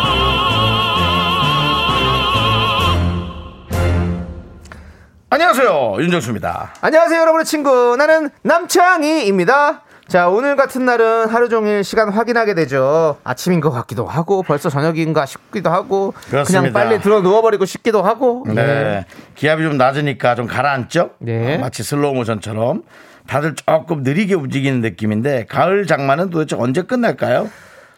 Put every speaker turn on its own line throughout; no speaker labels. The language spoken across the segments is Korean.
안녕하세요 윤정수입니다
안녕하세요, 여러분의 친구. 나는 남창희입니다. 자, 오늘 같은 날은 하루 종일 시간 확인하게 되죠. 아침인 것 같기도 하고, 벌써 저녁인가 싶기도 하고, 그
그렇습니다.
냥 빨리 들어 누워버리고 싶기도 하고.
네. 기압이 좀 낮으니까 좀 가라앉죠
네.
어, 마치 슬로우 모션처럼 다들 조금 느리게 움직이는 느낌인데 가을 장마는 도대체 언제 끝날까요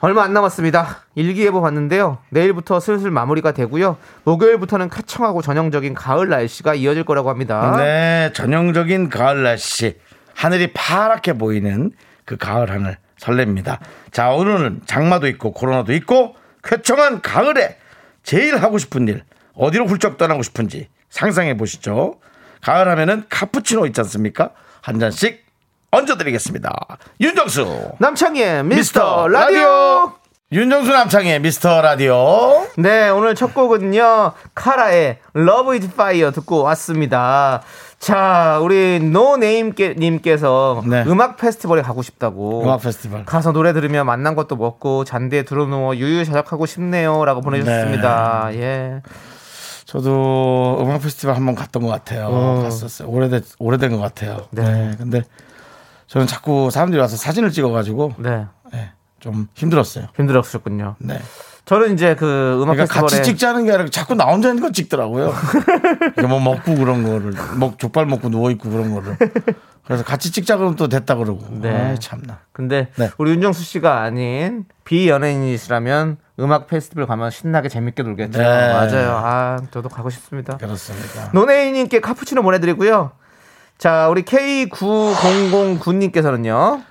얼마 안 남았습니다. 일기예보 봤는데요. 내일부터 슬슬 마무리가 되고요. 목요일부터는 카청하고 전형적인 가을 날씨가 이어질 거라고 합니다.
네 전형적인 가을 날씨 하늘이 파랗게 보이는 그 가을 하늘 설렙니다 자 오늘은 장마도 있고 코로나도 있고 쾌청한 가을에 제일 하고 싶은 일 어디로 훌쩍 떠나고 싶은지 상상해 보시죠 가을 하면은 카푸치노 있지 않습니까 한 잔씩 얹어드리겠습니다 윤정수
남창희의
미스터
미스터 라디오!
윤정수 남창의 미스터 라디오
네, 오늘 첫 곡은요. 카라의 Love is Fire 듣고 왔습니다. 자, 우리 노네임님께서
네.
음악 페스티벌에 가고 싶다고.
음악 페스티벌.
가서 노래 들으며 만난 것도 먹고 잔디에 들어누워 유유자적하고 싶네요. 라고 보내주셨습니다.
네.
예.
저도 음악 페스티벌 한 번 갔던 것 같아요. 갔었어요. 오래된 오래된 것 같아요. 네.
네.
근데 저는 자꾸 사람들이 와서 사진을 찍어가지고
네.
네, 좀 힘들었어요.
힘들었었군요.
네.
저는 이제 그 음악
그러니까
페스티벌에.
같이 찍자는 게 아니라 자꾸 나 혼자 있는 거 찍더라고요. 이게 뭐 먹고 그런 거를 먹 족발 먹고 누워 있고 그런 거를. 그래서 같이 찍자 그러면 또 됐다 그러고.
네.
아이, 참나.
근데
네.
우리 윤정수 씨가 아닌 비연예인이시라면 음악 페스티벌 가면 신나게 재밌게 놀겠죠.
네.
맞아요. 아, 저도 가고 싶습니다.
그렇습니다.
노네이님께 카푸치노 보내드리고요. 자, 우리 K9009님께서는요.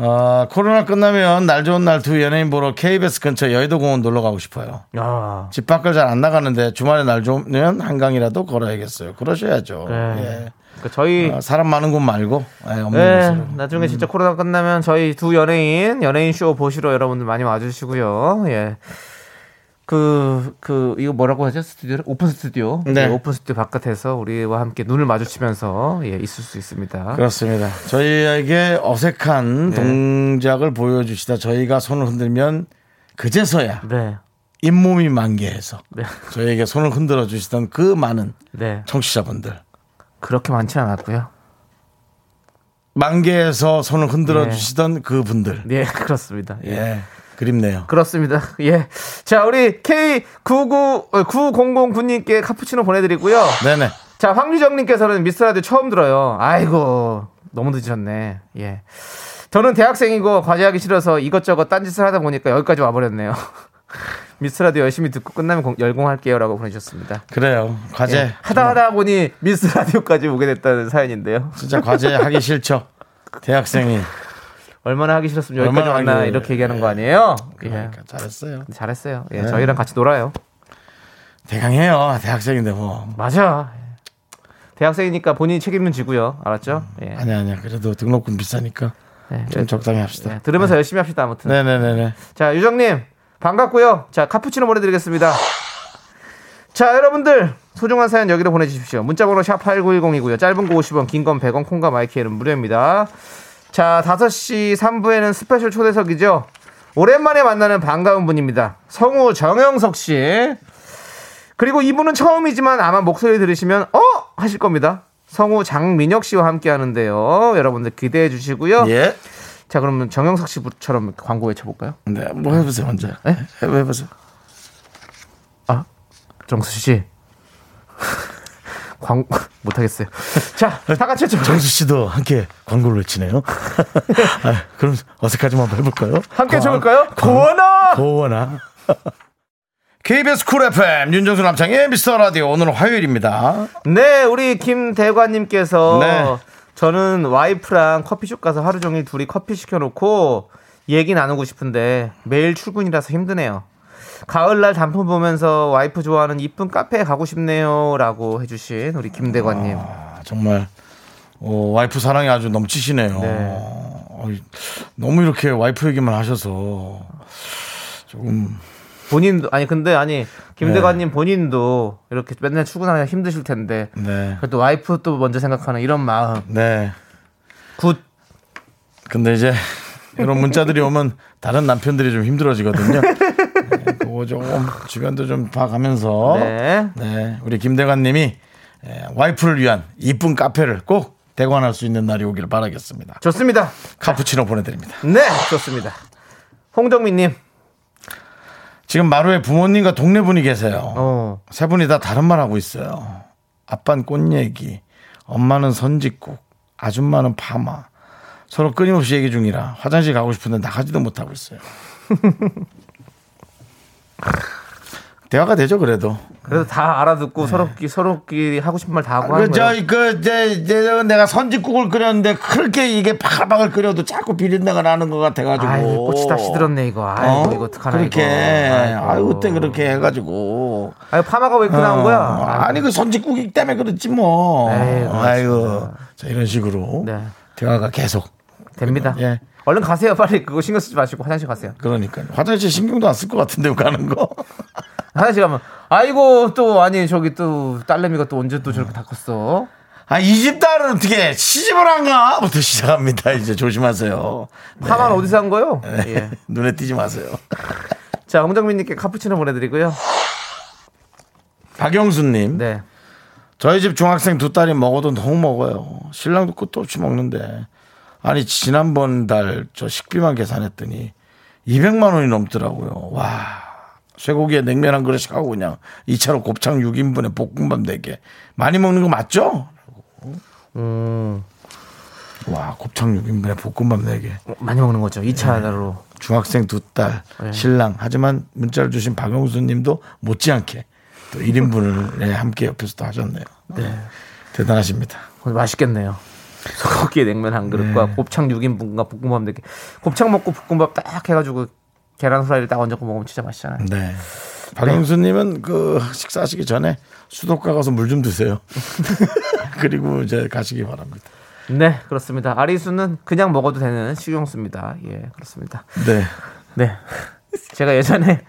아, 코로나 끝나면 날 좋은 날 두 연예인 보러 KBS 근처 여의도 공원 놀러 가고 싶어요.
야,
집 밖을 잘 안 나가는데 주말에 날 좋으면 한강이라도 걸어야겠어요. 그러셔야죠.
네.
예.
그러니까 저희,
아, 사람 많은 곳 말고 예, 없는
네,
곳으로.
나중에 진짜 코로나 끝나면 저희 두 연예인, 연예인 쇼 보시러 여러분들 많이 와주시고요. 예. 그, 그, 이거 뭐라고 하죠? 스튜디오? 오픈 스튜디오.
네.
예, 오픈 스튜디오 바깥에서 우리와 함께 눈을 마주치면서, 예, 있을 수 있습니다.
그렇습니다. 저희에게
네.
어색한 동작을 보여주시다 저희가 손을 흔들면 그제서야
네.
잇몸이 만개해서
네.
저희에게 손을 흔들어 주시던 그 많은
네.
청취자분들
그렇게 많지는 않았고요.
만개해서 손을 흔들어
네.
주시던 그분들
네, 그렇습니다. 예.
예 그립네요.
그렇습니다. 예. 자, 우리 K99909님께 카푸치노 보내드리고요.
네네.
자, 황유정님께서는 미스터라디오 처음 들어요. 아이고, 너무 늦으셨네. 예. 저는 대학생이고 과제하기 싫어서 이것저것 딴짓을 하다 보니까 여기까지 와버렸네요. 미스터라디오 열심히 듣고 끝나면 공- 열공할게요. 라고 보내주셨습니다.
그래요. 네. 과제
예. 하다 하다 보니 미스터라디오까지 오게 됐다는 사연인데요.
진짜 과제 하기 싫죠.
예.
대학생이
얼마나 하기 싫었으면 여기까지
얼마나 하기
왔나
싫어요. 네.
이렇게 얘기하는 거 아니에요? 예.
그러니까 잘했어요.
잘했어요. 예,
네.
저희랑 같이 놀아요.
대강해요. 대학생인데 뭐
맞아. 대학생이니까 본인이 책임은 지고요. 알았죠? 예.
아니 아니야. 그래도 등록금 비싸니까
네,
좀
그래도-
적당히 합시다.
네, 들으면서 열심히 합시다. 아무튼.
네네네네.
자, 유정님 반갑고요. 자, 카푸치노 보내드리겠습니다. 자, 여러분들 소중한 사연 여기로 보내주십시오. 문자번호 샵 #8910이고요. 짧은 거 50원, 긴 건 100원, 콩과 마이크는 무료입니다. 자, 5시 3부에는 스페셜 초대석이죠. 오랜만에 만나는 반가운 분입니다. 성우 정영석 씨. 그리고 이분은 처음이지만 아마 목소리 들으시면 어 하실 겁니다. 성우 장민혁 씨와 함께 하는데요. 여러분들 기대해 주시고요.
예.
자, 그러면 정영석 씨처럼 광고 외쳐 볼까요?
네. 뭐 해보세요 먼저.
예?
해- 해보세요.
아, 정수 씨. 광 못하겠어요. 자, 다 같이 좀
정수 씨도 함께 광고를 외치네요. 아, 그럼 어색하지만 한번 해볼까요?
함께
광-
쳐볼까요?
광-
고원아!
고원아. KBS 쿨 FM 윤정수 남창의 미스터 라디오 오늘은 화요일입니다.
네, 우리 김대관님께서
네.
저는 와이프랑 커피숍 가서 하루 종일 둘이 커피 시켜놓고 얘기 나누고 싶은데 매일 출근이라서 힘드네요. 가을날 단풍 보면서 와이프 좋아하는 이쁜 카페에 가고 싶네요라고 해주신 우리 김대관님.
아, 정말 어, 와이프 사랑이 아주 넘치시네요.
네.
어, 너무 이렇게 와이프 얘기만 하셔서 조금
본인도 아니 근데 아니 김대관님 본인도 이렇게 맨날 출근하느라 힘드실 텐데
네.
그래도 와이프 또 먼저 생각하는 이런 마음
네.
굿
근데 이제 이런 문자들이 오면 다른 남편들이 좀 힘들어지거든요. 네, 그거 좀 주변도 좀 봐가면서
네.
네, 우리 김대관님이 에, 와이프를 위한 이쁜 카페를 꼭 대관할 수 있는 날이 오길 바라겠습니다.
좋습니다
카푸치노 보내드립니다.
네 좋습니다 홍정민님
지금 마루에 부모님과 동네 분이 계세요.
어
세 분이 다 다른 말 하고 있어요. 아빠는 꽃 얘기, 엄마는 선지국, 아줌마는 파마. 서로 끊임없이 얘기 중이라 화장실 가고 싶은데 나가지도 못하고 있어요. 대화가 되죠, 그래도.
그래도 다 알아듣고 서로끼리 서로끼리 하고 싶은 말 다 하고 하는
그, 저,
거예요
그, 제, 제, 내가 선지국을 끓였는데 그렇게 이게 바글바글 끓여도 자꾸 비린내가 나는 것 같아가지고.
아이고 꽃이 다 시들었네 이거 아이고
어?
이거 어떡하나 그러니까.
그렇게.
이거.
아이고, 그때 그렇게 해가지고.
아유 파마가 왜 이렇게 나온 거야
어, 아니 그 선짓국이기 때문에 그렇지 뭐.
에이, 그렇습니다.
아이고. 자, 이런 식으로
네.
대화가 계속.
됩니다
예.
얼른 가세요 빨리 그거 신경 쓰지 마시고 화장실 가세요
그러니까 화장실 신경도 안 쓸 것 같은데 가는 거.
화장실 가면 아이고 또 아니 저기 또 딸내미가 또 언제 또 저렇게 다 컸어
아, 이 집 딸은 어떻게 시집을 안 가부터 시작합니다. 이제 조심하세요.
파마는 어디서 한 거요? 어, 예.
눈에 띄지 마세요.
자, 홍정민님께 카푸치노 보내드리고요.
박영수님,
네.
저희 집 중학생 두 딸이 먹어도 너무 먹어요. 신랑도 끝도 없이 먹는데. 아니 지난번 달 저 식비만 계산했더니 200만 원이 넘더라고요. 와. 쇠고기에 냉면 한 그릇씩 하고 그냥 2차로 곱창 6인분에 볶음밥 4개. 많이 먹는 거 맞죠? 와, 곱창 6인분에 볶음밥 4개.
어, 많이 먹는 거죠. 2차로.
중학생 두 딸, 신랑. 하지만 문자를 주신 박영수 님도 못지않게 또 1인분을 네, 함께 옆에서 또 하셨네요. 네. 대단하십니다.
오늘 맛있겠네요. 소고기 냉면 한 그릇과 곱창 6인분과 볶음밥 4개. 곱창 먹고 볶음밥 딱 해가지고 계란 후라이를 딱 얹어서 먹으면 진짜 맛있잖아요.
네. 박영수님은 그 식사하시기 전에 수도가 가서 물 좀 드세요. 그리고 이제 가시기 바랍니다.
네, 그렇습니다. 아리수는 그냥 먹어도 되는 식용수입니다. 예, 그렇습니다.
네.
네. 제가 예전에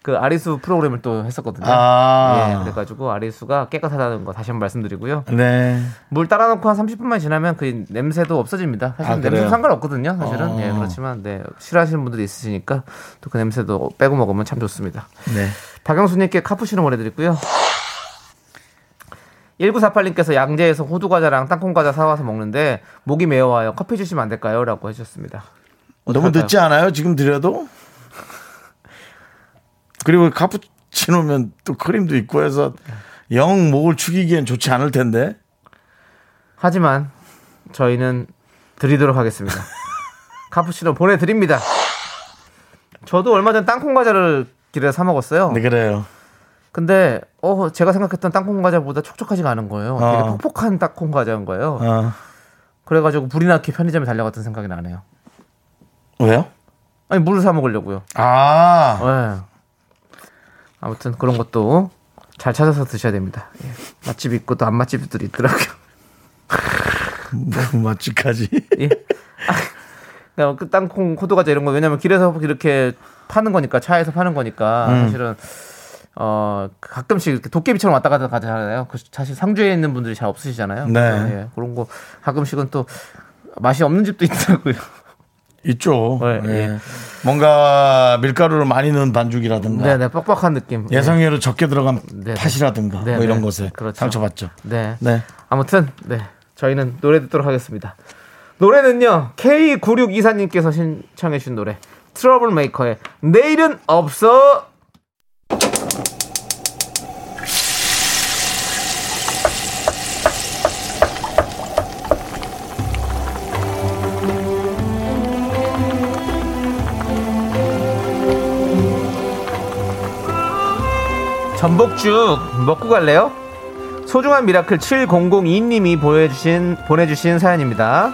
그 아리수 프로그램을 또 했었거든요. 예,
아.
그래가지고 아리수가 깨끗하다는 거 다시 한번 말씀드리고요.
네.
물 따라 놓고 한 30분만 지나면 그 냄새도 없어집니다. 사실
아,
냄새
그래요?
상관없거든요. 사실은
어.
예 그렇지만 네 싫어하시는 분들이 있으시니까 또 그 냄새도 빼고 먹으면 참 좋습니다.
네.
박영수님께 카푸치노 보내드리고요. 1948님께서 양재에서 호두 과자랑 땅콩 과자 사와서 먹는데 목이 메어와요. 커피 주시면 안 될까요?라고 해주셨습니다.
너무
어떡할까요?
늦지 않아요? 지금 드려도? 그리고 카푸치노면 또 크림도 있고 해서 영 목을 축이기엔 좋지 않을 텐데.
하지만 저희는 드리도록 하겠습니다. 카푸치노 보내드립니다. 저도 얼마 전 땅콩 과자를 길에서 사 먹었어요.
네, 그래요.
근데 어 제가 생각했던 땅콩 과자보다 촉촉하지가 않은 거예요. 되게
어.
폭폭한 땅콩 과자인 거예요.
아.
그래가지고 불이 나게 편의점에 달려갔던 생각이 나네요.
왜요?
아니 물을 사 먹으려고요.
아.
예. 아무튼 그런 것도 잘 찾아서 드셔야 됩니다. 예. 맛집 있고 또 안 맛집들이 있더라고요.
뭐, 맛집까지.
예. 아, 그냥 그 땅콩 호두 과자 이런 거 왜냐면 길에서 이렇게 파는 거니까 차에서 파는 거니까 사실은 어 가끔씩 이렇게 도깨비처럼 왔다 갔다 가잖아요. 그 사실 상주에 있는 분들이 잘 없으시잖아요.
네.
그래서 예, 그런 거 가끔씩은 또 맛이 없는 집도 있더라고요.
있죠.
네,
예.
예.
뭔가 밀가루를 많이 넣은 반죽이라든가.
네네 뻑뻑한 느낌. 예.
예상외로 적게 들어간
네, 네.
팥이라든가
네,
뭐 이런
네.
것에
그렇죠.
상처받죠.
네.
네.
아무튼 네 저희는 노래 듣도록 하겠습니다. 노래는요 K 96 이사님께서 신청해 주신 노래 트러블 메이커의 내일은 없어. 전복죽 먹고 갈래요? 소중한 미라클 7002님이 보내주신, 보내주신 사연입니다.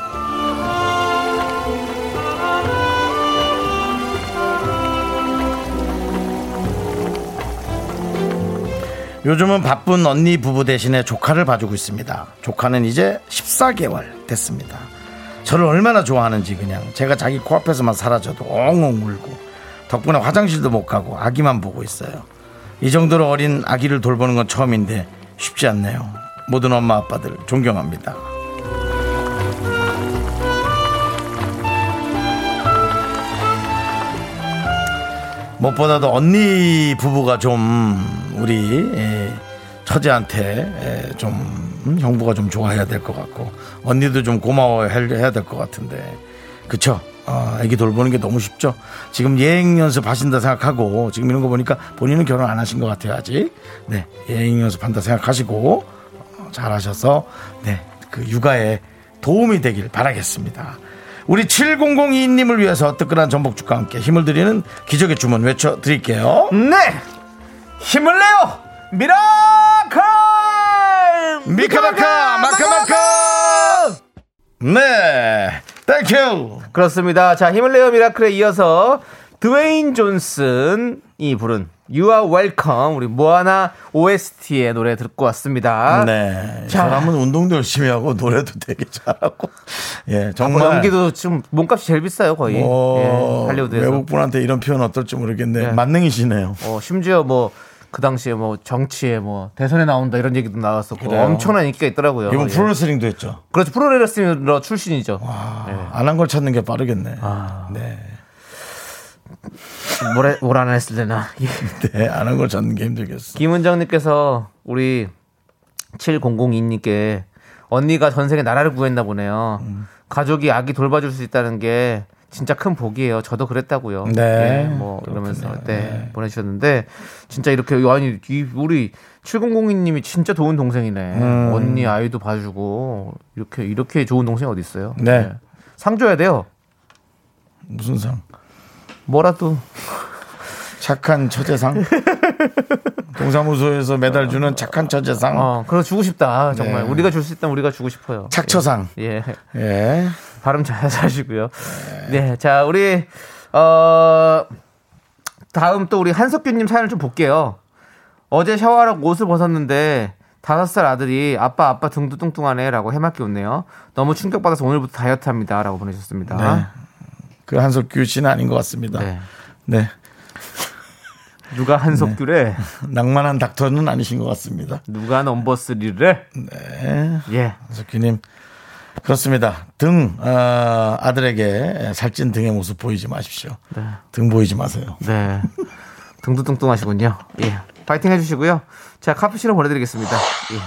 요즘은 바쁜 언니 부부 대신에 조카를 봐주고 있습니다. 조카는 이제 14개월 됐습니다. 저를 얼마나 좋아하는지 그냥 제가 자기 코앞에서만 사라져도 엉엉 울고 덕분에 화장실도 못 가고 아기만 보고 있어요. 이 정도로 어린 아기를 돌보는 건 처음인데 쉽지 않네요. 모든 엄마 아빠들 존경합니다. 무엇보다도 언니 부부가 좀 우리 예, 처제한테 예, 좀 음, 형부가 좀 좋아해야 될 것 같고 언니도 좀 고마워해야 될 것 같은데 그쵸? 어, 애기 돌보는 게 너무 쉽죠. 지금 예행 연습 하신다 생각하고 지금 이런 거 보니까 본인은 결혼 안 하신 것 같아요 아직. 네 예행 연습한다 생각하시고 어, 잘하셔서 네그 육아에 도움이 되길 바라겠습니다. 우리 7002님을 위해서 뜨끈한 전복죽과 함께 힘을 드리는 기적의 주문 외쳐드릴게요.
네! 힘을 내요! 미라클!
미카마카 마카마카 네 땡큐
그렇습니다. 자, 힘을 내요 미라클에 이어서 드웨인 존슨이 부른 You are welcome 우리 모아나 OST의 노래 듣고 왔습니다.
네
아, 자.
사람은 운동도 열심히 하고 노래도 되게 잘하고 예
뭐
정말
연기도 지금 몸값이 제일 비싸요 거의
어,
예, 할리우드에서
외국 분한테 이런 표현 어떨지 모르겠네
네.
만능이시네요
어, 심지어 뭐 그 당시에 뭐 정치에 뭐 대선에 나온다 이런 얘기도 나왔었고
그래요?
엄청난 인기가 있더라고요.
이분
예.
프로레슬링도 했죠 아,
그렇죠 프로레슬러 출신이죠.
안 한 걸 찾는 게 빠르겠네
아. 뭐라 뭐라 안 했을래나. 예.
네안 한 걸 찾는 게 힘들겠어
김은정님께서 우리 7002님께 언니가 전생에 나라를 구했나 보네요. 가족이 아기 돌봐줄 수 있다는 게 진짜 큰 복이에요. 저도 그랬다고요.
네.
예, 뭐 이러면서 네, 보내주셨는데 진짜 이렇게 아니 이 우리 7002님이 진짜 좋은 동생이네. 언니 아이도 봐주고 이렇게 이렇게 좋은 동생 어디 있어요?
네.
예. 상 줘야 돼요.
무슨 상
뭐라도
착한 처제상 동사무소에서 매달 주는 착한 처제상
어 그거 주고 싶다 정말
네.
우리가 줄 수 있다면 우리가 주고 싶어요.
착처상
예.
예
발음 잘 하시고요. 네, 자 우리 어 다음 또 우리 한석규님 사연을 좀 볼게요. 어제 샤워하라고 옷을 벗었는데 다섯 살 아들이 아빠 아빠 등도 뚱뚱하네라고 해맑게 웃네요. 너무 충격받아서 오늘부터 다이어트합니다라고 보내셨습니다.
그 한석규 씨는 아닌 것 같습니다.
네.
네.
누가 한석규래?
낭만한 닥터는 아니신 것 같습니다.
누가 넘버스리래?
네.
예.
한석규님. 그렇습니다. 등, 어, 아들에게 살찐 등의 모습 보이지 마십시오. 등 보이지 마세요.
네. 등도 뚱뚱하시군요. 예. 파이팅 해주시고요. 자, 카푸치노 보내드리겠습니다. 예.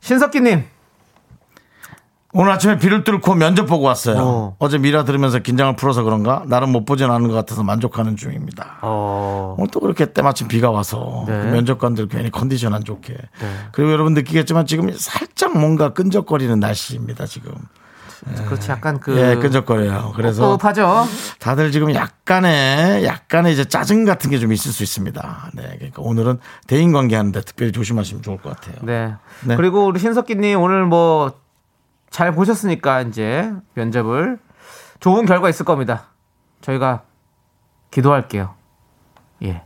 신석기님.
오늘 아침에 비를 뚫고 면접 보고 왔어요.
어.
어. 제 미라 들으면서 긴장을 풀어서 그런가? 나름 못 보진 않은 것 같아서 만족하는 중입니다.
어.
오늘 또 그렇게 때마침 비가 와서
네.
그 면접관들 괜히 컨디션 안 좋게 그리고 여러분 느끼겠지만 지금 살짝 뭔가 끈적거리는 날씨입니다 지금
그렇지 약간 그 어,
예 끈적거려요 그래서
꿉꿉하죠.
다들 지금 약간의 약간의 이제 짜증 같은 게 좀 있을 수 있습니다. 네, 그러니까 오늘은 대인 관계하는데 특별히 조심하시면 좋을 것 같아요.
네.
네.
그리고 우리 신석기님 오늘 뭐 잘 보셨으니까 이제 면접을 좋은 결과 있을 겁니다. 저희가 기도할게요. 예,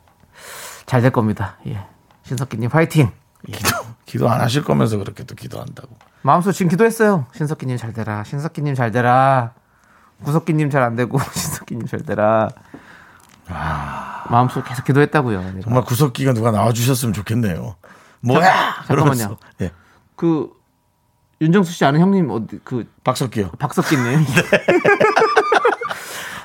잘 될 겁니다. 예, 신석기님 화이팅.
기도 기도 안 하실 거면서 그렇게 또 기도한다고.
마음속 지금 기도했어요. 신석기님 잘 되라. 신석기님 잘 되라. 구석기님 잘 안 되고 신석기님 잘 되라.
아.
마음속 계속 기도했다고요. 네.
정말 구석기가 누가 나와주셨으면 좋겠네요. 뭐야?
잠깐만요.
그러면서. 예,
그 윤정수 씨 아는 형님 어디 그
박석기요.
박석기님.
네.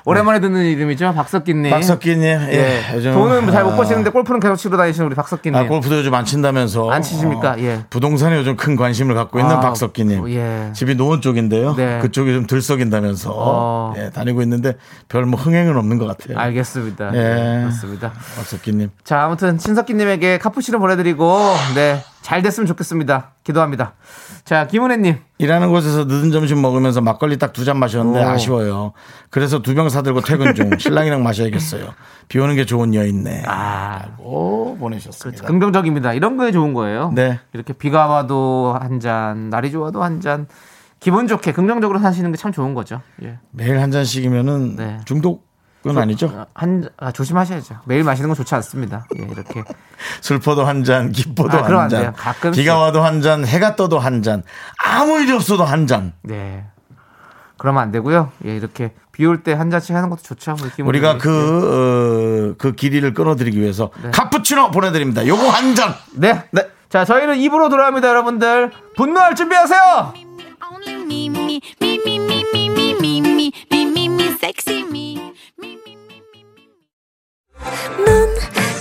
오랜만에 듣는 이름이죠, 박석기님.
박석기님, 예,
예.
요즘
네. 돈은 잘 못
아,
버시는데 골프는 계속 치러 다니시는 우리 박석기님.
아, 골프도 요즘 안 친다면서. 아,
안 치십니까? 예.
부동산에 요즘 큰 관심을 갖고 있는
아,
박석기님.
예.
집이 노원 쪽인데요.
네.
그쪽이 좀 들썩인다면서
어.
예, 다니고 있는데 별 뭐 흥행은 없는 것 같아요.
알겠습니다.
예.
네, 그렇습니다.
박석기님.
자, 아무튼 신석기님에게 카푸치노 보내드리고, 네, 잘 됐으면 좋겠습니다. 기도합니다. 자, 김은혜님.
일하는 곳에서 늦은 점심 먹으면서 막걸리 딱 두 잔 마셨는데
오.
아쉬워요. 그래서 두 병 사들고 퇴근 중 신랑이랑 마셔야겠어요. 비 오는 게 좋은 여인네.
아, 그렇죠.
라고 보내셨습니다.
긍정적입니다. 이런 거에 좋은 거예요.
네.
이렇게 비가 와도 한 잔, 날이 좋아도 한 잔, 기분 좋게 긍정적으로 사시는 게 참 좋은 거죠. 예.
매일 한 잔씩이면은
네.
중독 그건 아니죠.
한 아, 조심하셔야죠. 매일 마시는 건 좋지 않습니다. 예, 이렇게
슬퍼도 한 잔, 기뻐도
아, 그럼
한
안
잔,
돼요. 가끔씩.
비가 와도 한 잔, 해가 떠도 한 잔, 아무 일이 없어도 한 잔.
네. 그러면 안 되고요. 예, 이렇게 비 올 때 한 잔씩 하는 것도 좋죠. 우리 기분
우리가
좋게.
그,
네.
어, 그 길이를 끊어드리기 위해서 카푸치노 보내드립니다. 요거 한 잔!
네.
네.
자, 저희는 입으로 돌아옵니다, 여러분들. 분노할 준비하세요.
Only me, me, me, me, me, me, me, me, me, me, me, me, sexy me. Me, me, me, me, me. 넌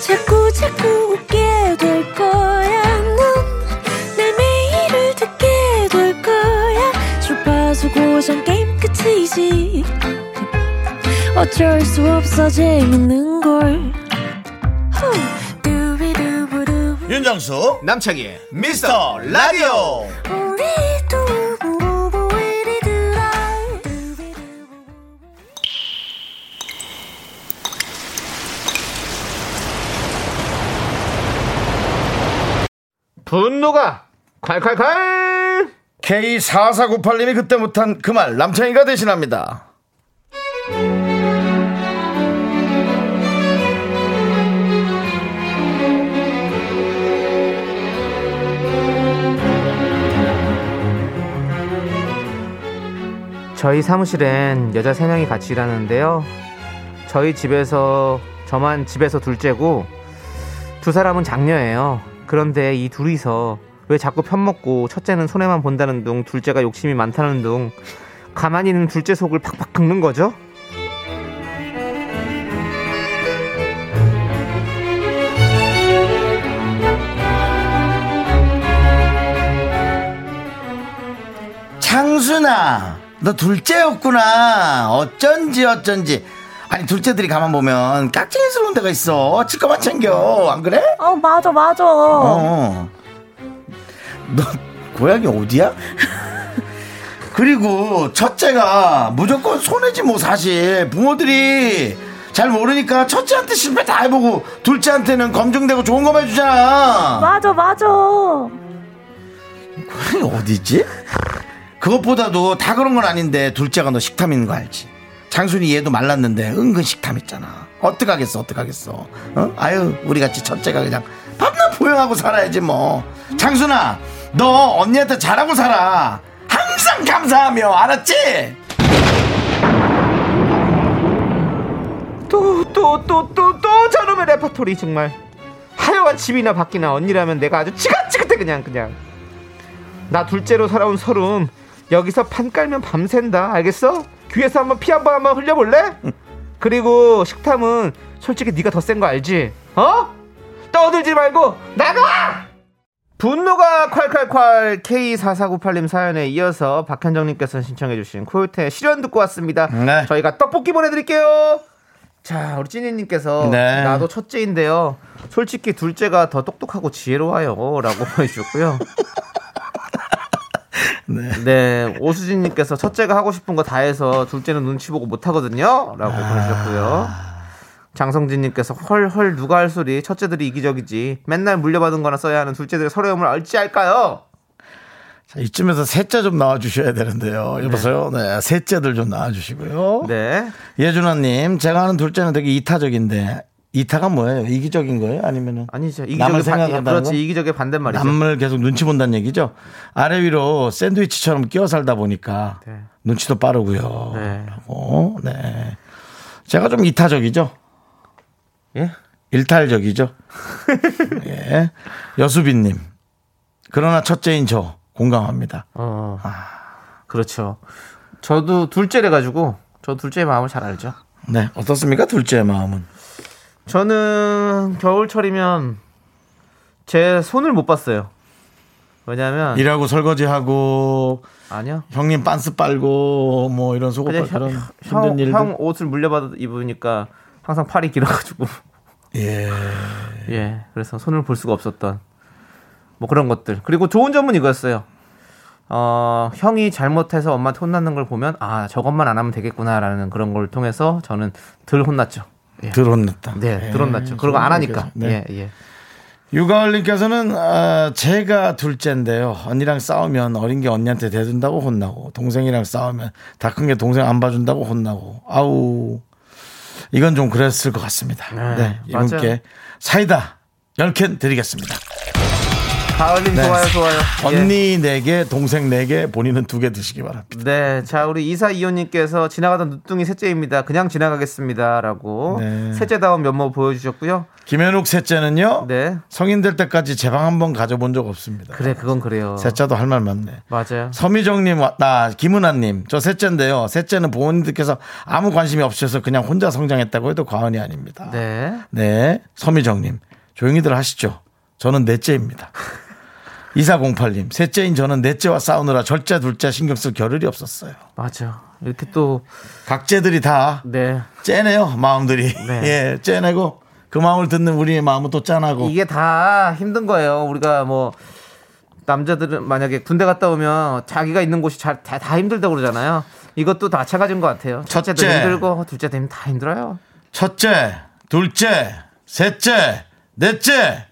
자꾸 자꾸 웃게 될 거야. 넌내 매일을 듣게 될 거야. 주파수 고정 게임 끝이지. 어쩔 수 없어 재밌는 걸. 후. 두비두부두.
윤정수,
남창희의
미스터 라디오!
우리 두부부부 우리 두라. 두비두부부.
분노가 콸콸콸!
K4498님이 그때 못한 그 말 남창희가 대신합니다.
저희 사무실엔 여자 세명이 같이 일하는데요. 저희 집에서 저만 집에서 둘째고 두 사람은 장녀예요. 그런데 이 둘이서 왜 자꾸 편먹고 첫째는 손해만 본다는 둥 둘째가 욕심이 많다는 둥 가만히 있는 둘째 속을 팍팍 긁는 거죠?
창순아, 너 둘째였구나. 어쩐지 어쩐지. 아니 둘째들이 가만 보면 깍쟁이스러운 데가 있어. 치과만 챙겨. 안 그래?
어, 맞아, 맞아.
어. 너 고향이 어디야? 그리고 첫째가 무조건 손해지 뭐 사실 부모들이 잘 모르니까 첫째한테 실패 다 해보고 둘째한테는 검증되고 좋은 거만 해주잖아.
맞아, 맞아.
형이 어디지? 그것보다도 다 그런 건 아닌데 둘째가 너 식탐인 거 알지? 장순이 얘도 말랐는데 은근 식탐 있잖아. 어떡하겠어, 어떡하겠어. 어? 아유, 우리 같이 첫째가 그냥 밤낮 보양하고 살아야지 뭐. 장순아, 너 언니한테 잘하고 살아. 항상 감사하며, 알았지?
또 또 또 또 또 저놈의 레퍼토리 정말 하여간 집이나 밖이나 언니라면 내가 아주 지긋지긋해 그냥 그냥 나 둘째로 살아온 서름 여기서 판 깔면 밤샌다 알겠어? 귀에서 한번 피 한번 한번 흘려볼래? 그리고 식탐은 솔직히 네가 더 센 거 알지? 어? 떠들지 말고 나가! 분노가 콸콸콸 K4498님 사연에 이어서 박현정님께서 신청해주신 코요태 실현 듣고 왔습니다
네.
저희가 떡볶이 보내드릴게요 자 우리 찐이님께서
네.
나도 첫째인데요 솔직히 둘째가 더 똑똑하고 지혜로워요라고 보내주셨고요. 네. 오수진님께서 첫째가 하고 싶은 거 다 해서 둘째는 눈치 보고 못 하거든요라고
아.
보내주셨고요. 장성진님께서 헐헐 누가 할 소리 첫째들이 이기적이지 맨날 물려받은 거나 써야 하는 둘째들의 서러움을 알지 알까요?
자, 이쯤에서 셋째 좀 나와주셔야 되는데요. 여보세요? 네, 셋째들 좀 나와주시고요.
네.
예준아님, 제가 아는 둘째는 되게 이타적인데, 이타가 뭐예요? 이기적인 거예요? 아니면은?
아니죠.
남을
이기적의 반,
생각한다는
그렇지
거?
이기적의 반대말이죠.
남을 계속 눈치 본다는 얘기죠. 아래 위로 샌드위치처럼 끼어 살다 보니까
네.
눈치도 빠르고요.
네.
라고. 네. 제가 좀 이타적이죠.
예?
일탈적이죠. 예. 여수빈님. 그러나 첫째인 저 공감합니다.
어.
아.
그렇죠. 저도 둘째래 가지고 저 둘째의 마음을 잘 알죠.
네. 어떻습니까? 둘째의 마음은.
저는 겨울철이면 제 손을 못 봤어요. 왜냐면
일하고 설거지하고
아니요.
형님 빤스 빨고 뭐 이런 속옷
그냥
빨 그런
형,
힘든 일들.
형 옷을 물려받아 입으니까 항상 팔이 길어가지고
예.
예 그래서 손을 볼 수가 없었던 뭐 그런 것들 그리고 좋은 점은 이거였어요. 어 형이 잘못해서 엄마한테 혼나는 걸 보면 아 저것만 안 하면 되겠구나라는 그런 걸 통해서 저는 덜 혼났죠.
예. 들었났다.
네, 덜 혼났죠. 그런 거 안 하니까. 예, 예.
그렇죠. 네. 유가을님께서는 아, 제가 둘째인데요. 언니랑 싸우면 어린 게 언니한테 대준다고 혼나고 동생이랑 싸우면 다 큰 게 동생 안 봐준다고 혼나고 아우 이건 좀 그랬을 것 같습니다. 네,
맞아요. 예.
이분께 사이다 10캔 드리겠습니다.
가을님
네.
좋아요 좋아요. 예.
언니 네개 동생 네개 본인은 두 개 드시기 바랍니다.
네, 자 우리 이사 이호님께서 지나가던 누뚱이 셋째입니다. 그냥 지나가겠습니다라고
네.
셋째다운 면모 보여주셨고요.
김현욱 셋째는요,
네,
성인 될 때까지 제 방 한번 가져본 적 없습니다.
그래 그건 그래요.
셋째도 할 말 많네.
맞아요.
서미정님, 와- 나 김은아님, 저 셋째인데요. 셋째는 부모님들께서 아무 관심이 없으셔서 그냥 혼자 성장했다고 해도 과언이 아닙니다.
네,
네, 서미정님 조용히들 하시죠. 저는 넷째입니다. 2408님 셋째인 저는 넷째와 싸우느라 절째 둘째 신경 쓸 겨를이 없었어요.
맞아. 이렇게 또
각제들이 다
네.
째네요 마음들이.
네.
예, 째내고 그 마음을 듣는 우리의 마음은 또 짠하고.
이게 다 힘든 거예요. 우리가 뭐 남자들은 만약에 군대 갔다 오면 자기가 있는 곳이 잘- 다, 다 힘들다고 그러잖아요. 이것도 다 마찬가지인 것 같아요. 첫째도
첫째.
힘들고 둘째 되면 다 힘들어요.
첫째, 둘째, 셋째, 넷째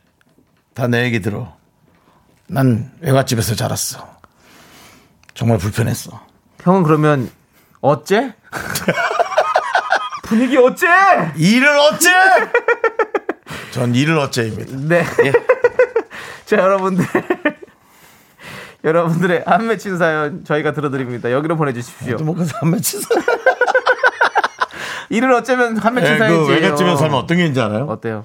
다 내 얘기 들어. 난 외갓집에서 자랐어. 정말 불편했어.
형은 그러면 어째? 분위기 어째?
일을 어째? 전 일을 어째입니다.
네.
예.
자, 여러분들. 여러분들의 안 맺힌 사연 저희가 들어드립니다. 여기로 보내주십시오.
또 뭔가 안 맺히서.
일을 어쩌면 한 맺힌
예, 그
사연이지.
외갓집에 살면 어떤 게 있는지 알아요?
어때요?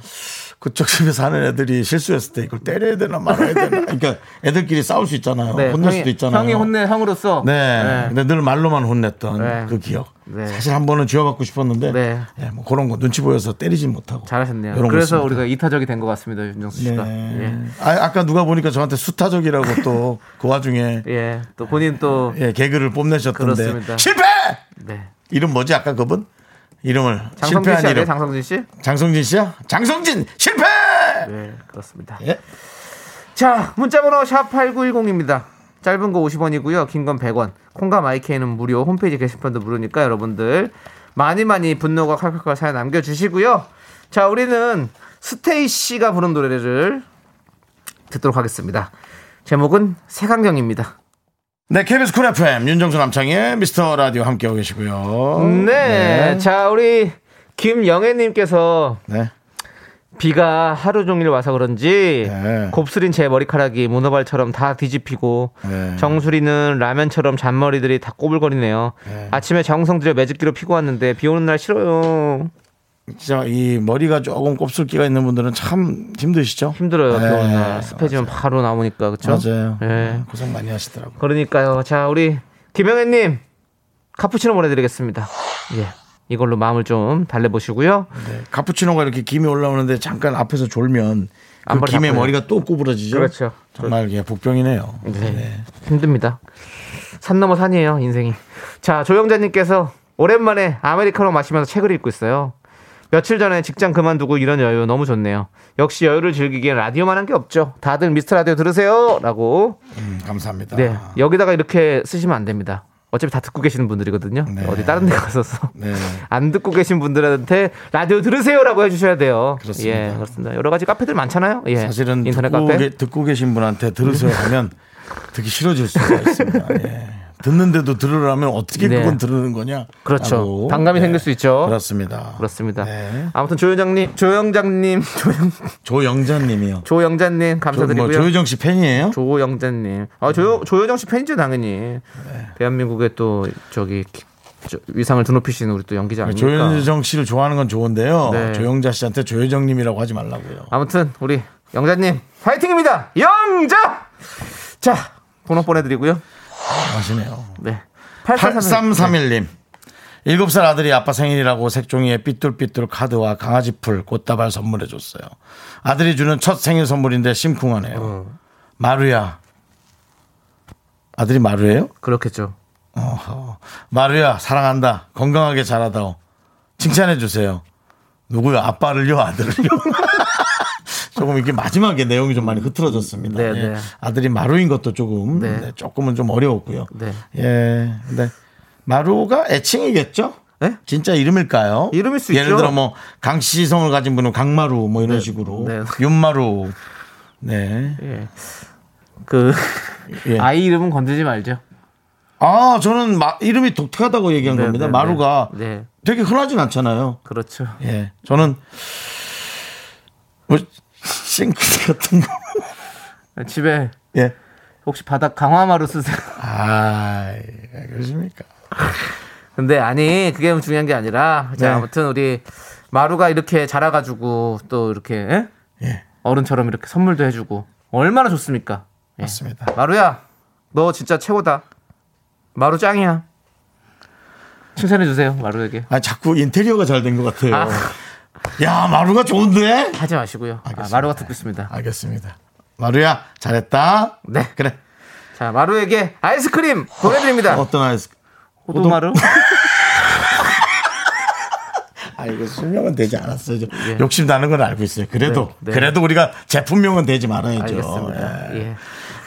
그쪽 집에 사는 애들이 실수했을 때 이걸 때려야 되나 말아야 되나. 그러니까 애들끼리 싸울 수 있잖아요.
네,
어, 혼낼
형이-
수도 있잖아요.
형이 혼내 형으로서.
네. 근데 늘 말로만 혼냈던
네.
그 기억.
네.
사실 한 번은 쥐어받고 싶었는데
네.
예, 뭐 그런 거 눈치 보여서 때리진 못하고.
잘하셨네요.
이런 거
그래서
있습니다.
우리가 이타적이 된 것 같습니다, 윤정수 씨가.
네. 아, 아까 누가 보니까 저한테 수타적이라고 또 그 와중에
예. 예. 또 본인 또
예, 개그를 뽐내셨던데
그렇습니다.
실패!
네.
이름 뭐지 아까 그분? 이름을
장성진 씨
실패한
아니에요?
이름
장성진 씨?
장성진 씨야? 장성진 실패!
네, 그렇습니다.
예.
자, 문자번호 샵 8910입니다. 짧은 거 50원이고요. 긴 건 100원. 콩과 마이케이는 무료. 홈페이지 게시판도 무료니까 여러분들 많이 많이 분노가 칼칼칼 사연 남겨주시고요. 자, 우리는 스테이 씨가 부른 노래를 듣도록 하겠습니다. 제목은 세강경입니다.
네, KBS 쿨 FM 윤정수 남창의 미스터 라디오 함께하고 계시고요.
네. 자, 우리 김영애님께서
네.
비가 하루 종일 와서 그런지
네.
곱슬인 제 머리카락이 모노발처럼 다 뒤집히고
네.
정수리는 라면처럼 잔머리들이 다 꼬불거리네요. 아침에 정성 들여 매직기로 피고 왔는데 비 오는 날 싫어요.
진짜 이 머리가 조금 곱슬기가 있는 분들은 참 힘드시죠?
힘들어요. 비 오는
네,
날 습해지면 바로 나오니까 그렇죠?
맞아요.
예.
고생 많이 하시더라고요.
그러니까요. 자 우리 김영애님 카푸치노 보내드리겠습니다. 예. 이걸로 마음을 좀 달래보시고요.
네. 카푸치노가 이렇게 김이 올라오는데 잠깐 앞에서 졸면 그
앞머리
김의
아파요.
머리가 또 구부러지죠?
그렇죠.
정말 예, 복병이네요.
네. 힘듭니다. 산 넘어 산이에요, 인생이. 자, 조영자님께서 오랜만에 아메리카노 마시면서 책을 읽고 있어요. 며칠 전에 직장 그만두고 이런 여유 너무 좋네요. 역시 여유를 즐기기엔 라디오만 한 게 없죠. 다들 미스터 라디오 들으세요. 라고.
음, 감사합니다.
네. 여기다가 이렇게 쓰시면 안 됩니다. 어차피 다 듣고 계시는 분들이거든요.
네.
어디 다른 데 가서서.
네.
안 듣고 계신 분들한테 라디오 들으세요라고 해주셔야 돼요.
그렇습니다.
예, 그렇습니다. 여러 가지 카페들 많잖아요. 예.
사실은
인터넷
듣고,
카페. 네.
계, 듣고 계신 분한테 들으세요 하면 듣기 싫어질 수가 있습니다. 예. 듣는데도 들으라면 어떻게
네.
그건 들으는 거냐?
그렇죠.
라고. 네.
반감이 생길 수 있죠.
그렇습니다.
그렇습니다.
네.
아무튼 조영장님, 조영장님, 조영,
조영자님이요.
조영자님
조, 뭐
감사드리고요.
조효정 씨 팬이에요?
조영자님, 아 조영
음.
조영장 씨 팬이죠 당연히.
네.
대한민국의 또 저기 기- 저, 위상을 드높이신 우리 또 연기자 아닙니까?
네, 조효정 씨를 좋아하는 건 좋은데요.
네.
조영자 씨한테 조효정님이라고 하지 말라고요.
아무튼 우리 영자님 파이팅입니다. 영자. 자 번호 보내드리고요.
아시네요.
네.
8331님. 7살 아들이 아빠 생일이라고 색종이에 삐뚤삐뚤 카드와 강아지 풀, 꽃다발 선물해 줬어요. 아들이 주는 첫 생일 선물인데 심쿵하네요.
어.
마루야. 아들이 마루예요?
그렇겠죠.
어허. 마루야, 사랑한다. 건강하게 자라다오. 칭찬해 주세요. 누구요? 아빠를요? 아들을요? 조금 이렇게 마지막에 내용이 좀 많이 흐트러졌습니다.
네,
예.
네.
아들이 마루인 것도 조금
네.
네, 조금은 좀 어려웠고요.
네.
예, 근데 마루가 애칭이겠죠?
예?
진짜 이름일까요?
이름일 수
예를
있죠.
들어 뭐 강시성을 가진 분은 강마루 뭐 이런 식으로
네.
윤마루. 네.
예. 그
예.
아, 아이 이름은 그 건드지 말죠.
아, 아, 저는 마- 이름이 독특하다고 얘기한
네,
겁니다.
네,
마루가
네.
되게 흔하진 않잖아요.
그렇죠.
예. 저는 뭐 싱크대 같은 거.
집에
예.
혹시 바닥 강화마루 쓰세요?
아, 예, 그러십니까?
근데 아니 그게 중요한 게 아니라 자
네.
아무튼 우리 마루가 이렇게 자라가지고 또 이렇게 예?
예.
어른처럼 이렇게 선물도 해주고 얼마나 좋습니까? 예.
맞습니다.
마루야 너 진짜 최고다. 마루 짱이야. 칭찬해 주세요 마루에게.
아, 자꾸 인테리어가 잘 된 것 같아요.
아.
야, 마루가 좋은데?
하지 마시고요. 아,
알겠습니다.
마루가 듣고 있습니다.
알겠습니다. 마루야, 잘했다.
네.
그래.
자 마루에게 아이스크림 보내드립니다.
어떤 아이스?
호두마루.
아, 이거 수명은 되지 않았어요. 저 욕심 나는 건 알고 있어요. 그래도,
예. 네, 네.
그래도 우리가 제품명은 되지 말아야죠.
알겠습니다.
예.
예.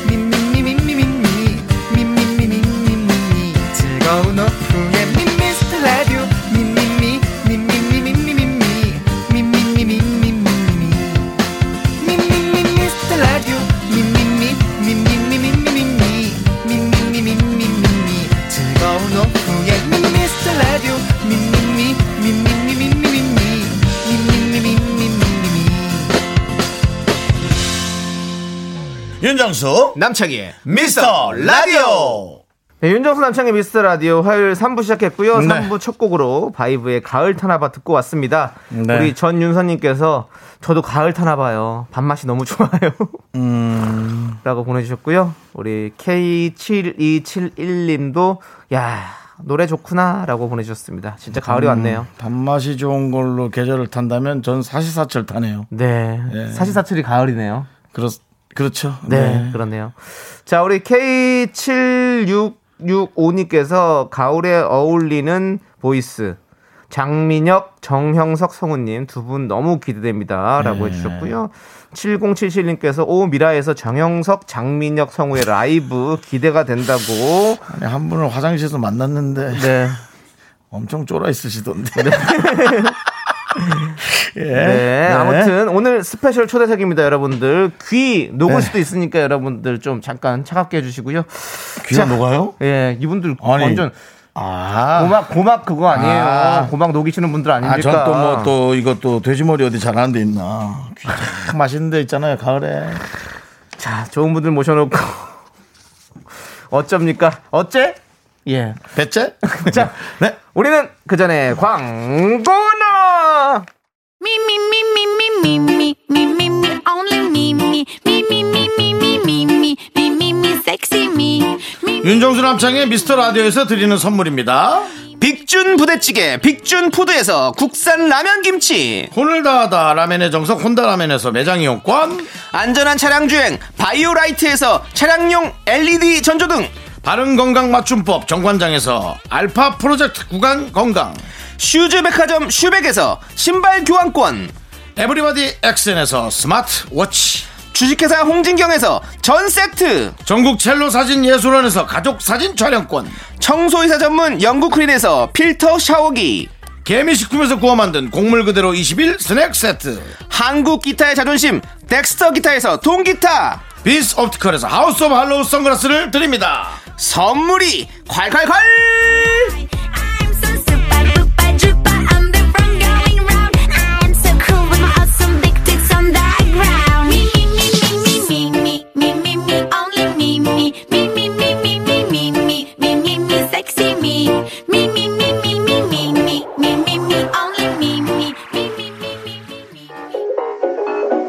미미미 미미미 미미미 미미미 즐거운 오후에 미스터 라디오 미미미 미미미 미미미 미미미 미미미
윤정수
남창희의
미스터 라디오.
네, 윤정수 남창의 미스터 라디오 화요일 3부 시작했고요.
네.
3부 첫 곡으로 바이브의 가을 타나봐 듣고 왔습니다.
네.
우리 전윤서님께서 저도 가을 타나봐요. 밥맛이 너무 좋아요.
음.
라고 보내주셨고요. 우리 K7271님도 야 노래 좋구나 라고 보내주셨습니다. 진짜 가을이
음.
왔네요.
밥맛이 좋은 걸로 계절을 탄다면 전 사시사철 타네요.
네. 사시사철이 가을이네요.
그렇 그렇죠.
네, 그렇네요. 자, 우리 K7665님께서 가을에 어울리는 보이스. 장민혁, 정형석, 성우님 두 분 너무 기대됩니다. 라고 해주셨고요. 7077님께서 오 미라에서 정형석, 장민혁, 성우의 라이브 기대가 된다고.
아니, 한 분을 화장실에서 만났는데
네.
엄청 쫄아 있으시던데. 예.
네. 아무튼 오늘 스페셜 초대석입니다, 여러분들. 귀 녹을 수도 있으니까 여러분들 좀 잠깐 차갑게 해주시고요.
귀가
자,
녹아요?
예, 이분들
아니.
완전
아.
고막 고막 그거 아니에요.
아.
고막 녹이시는 분들 아닙니까?
아, 전 또 뭐 또 이것도 돼지머리 어디 잘하는 데 있나. 귀- 맛있는 데 있잖아요, 가을에.
자, 좋은 분들 모셔놓고 어쩝니까? 어째? 예.
배째?
자,
네.
우리는 그 전에 광고나
Me, me, me, me, me, me, me, me, me, me, only me, me, me, me, me, me, me, me, me, me, me, me, sexy me. Me,
네. 윤정수 남창의 미스터 라디오에서 드리는 선물입니다.
빅준 부대찌개 빅준푸드에서 국산 라면 김치
혼을 다하다 라멘의 정석 혼다 라멘에서 매장 이용권
안전한 차량 주행 바이오라이트에서 차량용 LED 전조등
바른 건강 맞춤법 정관장에서 알파 프로젝트 구간 건강
슈즈 백화점 슈백에서 신발 교환권
에브리바디 엑센에서 스마트 워치
주식회사 홍진경에서 전 세트
전국 첼로 사진 예술원에서 가족 사진 촬영권
청소이사 전문 영국크린에서 필터 샤워기
개미식품에서 구워 만든 곡물 그대로 21 스낵 세트
한국 기타의 자존심 덱스터 기타에서 동기타
비스 옵티컬에서 하우스 오브 할로우 선글라스를 드립니다
선물이 콸콸콸
I'm so super, duper, duper, I'm the one going round. I'm so cool with my awesome big tits on the ground. Me, me, me, me, me, me, me, me, me, me, only me, me, me, me, me, me, me, me, me, me, me, me, sexy me. Me, me, me, me, me, me, me, me, me, me, only me, me, me, me, me, me, me, me.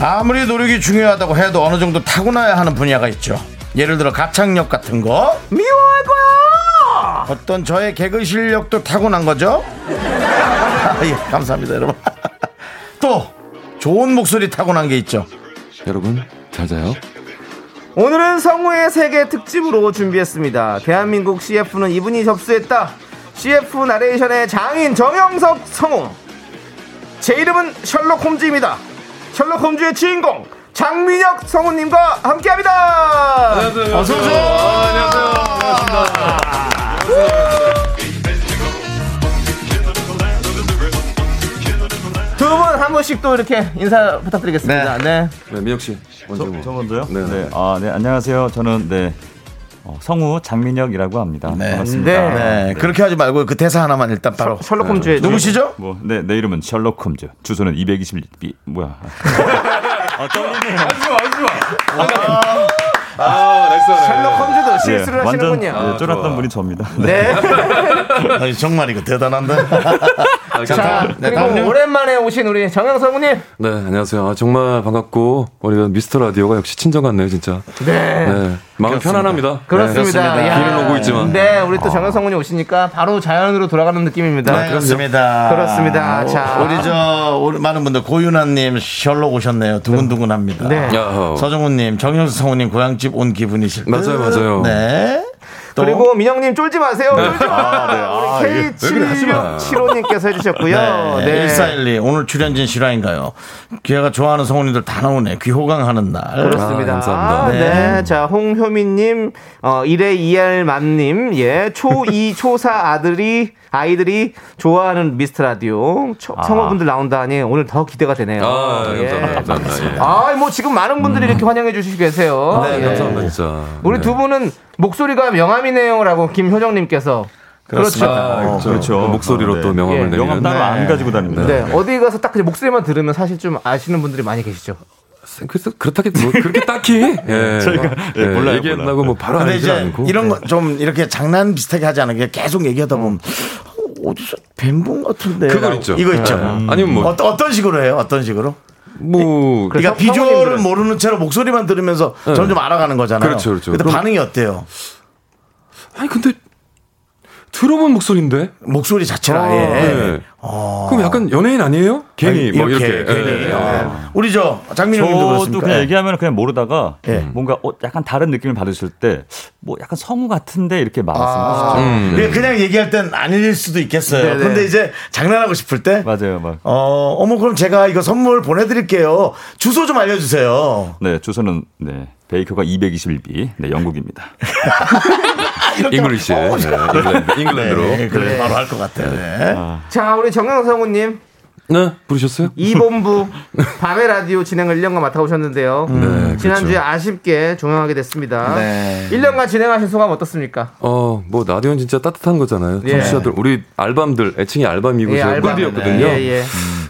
아무리 노력이 중요하다고 해도 어느 정도 타고나야 하는 분야가 있죠 예를 들어 가창력 같은 거
미워할 거야.
어떤 저의 개그 실력도 타고난 거죠? 아, 예, 감사합니다, 여러분. 또 좋은 목소리 타고난 게 있죠.
여러분 잘 자요.
오늘은 성우의 세계 특집으로 준비했습니다. 대한민국 CF는 이분이 접수했다. CF 나레이션의 장인 정영석 성우. 제 이름은 셜록 홈즈입니다. 셜록 홈즈의 주인공 장민혁 성우님과 함께합니다.
어서 오세요.
두 분 한 분씩 또 이렇게 인사 부탁드리겠습니다. 네.
네 미혁 씨 먼저 뭐.
저건데요?
네.
네. 아, 네. 안녕하세요. 저는 네. 어, 성우 장민혁이라고 합니다.
네.
반갑습니다.
네.
네, 그렇게 하지 말고 그 대사 하나만 일단 바로.
셜록 홈즈의
누구시죠?
뭐, 네, 내 이름은 셜록 홈즈. 주소는 221 B 뭐야? 아, 떨리네요.
셜록 홈즈도
네,
실수를
완전
하시는군요.
네, 쫄았던 분이 접니다. 네.
네.
아니, 정말 이거 대단한데. 자,
자,
네,
그리고
다음요.
오랜만에 오신 우리 정영석 성우님.
네 안녕하세요. 아, 정말 반갑고 우리 그 미스터 라디오가 역시 친정 같네요 진짜. 네. 마음 편안합니다.
그렇습니다.
네,
야.
비는 오고 있지만.
네, 우리 또 정현성훈이 오시니까 바로 자연으로 돌아가는 느낌입니다.
네, 그렇습니다.
그렇습니다.
오,
자.
우리 저 우리 많은 분들 고윤아님 셜록 오셨네요. 두근두근합니다.
네.
야호.
서정훈님, 정영수 성우님 고향집 온 기분이실 듯.
맞아요, 맞아요.
네. 또
그리고 민영님 쫄지 마세요. 쫄지 마세요. 우리
마.
K7675님께서 해주셨고요.
네. 1412 오늘 출연진 실화인가요? 귀하가 좋아하는 성우님들 다 나오네. 귀호강하는 날.
그렇습니다.
아, 감사합니다.
네. 자, 홍효민님, 어, 1회 2알맘님, 예, 초2, 초4 아들이, 아이들이 좋아하는 미스트 라디오. 처- 성우분들 나온다니 오늘 더 기대가 되네요.
아 감사합니다.
예.
감사합니다. 예. 음.
아, 뭐 지금 많은 분들이 이렇게 환영해 주시고 계세요.
네,
예.
감사합니다 진짜.
우리
네.
두 분은 목소리가 명함이네요라고 김효정님께서
그렇습니다.
아, 그렇죠.
그렇죠.
그 목소리로
아, 네.
또 명함을
예,
내리는.
영업 따로 안 가지고 다닙니다.
네, 어디 가서 딱 그냥 목소리만 들으면 사실 좀 아시는 분들이 많이 계시죠.
그래서 그렇다게 뭐 그렇게 딱히 예.
저희가- 예,
예,
몰라요,
얘기한다고 뭐 바로
근데
알지
이제
않고 네.
이런 거 좀 이렇게 장난 비슷하게 하지 않은 게 계속 얘기하다 보면 어디서 뵌분 같은데.
음. 그거
라고.
있죠.
이거 있죠. 음.
아니면 뭐
어떤, 어떤 식으로 해요? 어떤 식으로?
뭐
그래서
그러니까 비주얼을
성우님들은-
모르는 채로 목소리만 들으면서 점점 알아가는 거잖아요.
네. 그렇죠, 그렇죠.
근데
그럼-
반응이 어때요?
아니 근데 들어본 목소리인데
목소리 자체를 아예.
네. 그럼 약간 연예인 아니에요? 괜히
아니,
뭐 이렇게,
괜히.
예.
예. 우리 저 장민호님도
저도
그렇습니까?
그냥
예.
얘기하면 그냥 모르다가
예.
뭔가 어, 약간 다른 느낌을 받으실 때 뭐 약간 성우 같은데 이렇게 말씀하시죠.
음.
그냥 그냥 얘기할 땐 아닐 수도 있겠어요.
네네.
근데 이제 장난하고 싶을 때
맞아요. 막.
어, 어머 그럼 제가 이거 선물 보내드릴게요. 주소 좀 알려주세요.
네, 주소는 네. 베이커가 221B. 네, 영국입니다.
잉글리시 예, 잉글랜드, 잉글랜드로
네, 그래 바로 할 것 같아요. 네.
자, 우리 정영성우님.
네, 부르셨어요?
이본부 밤의 라디오 진행을 1년간 맡아오셨는데요. 음,
네,
지난주에
그렇죠.
아쉽게 종영하게 됐습니다.
네.
1년간 진행하신 소감 어떻습니까?
어, 뭐 라디오는 진짜 따뜻한 거잖아요.
예.
청취자들 우리 알밤들 애칭이 알밤이고 제가
알바.
꿀비였거든요.
예, 예.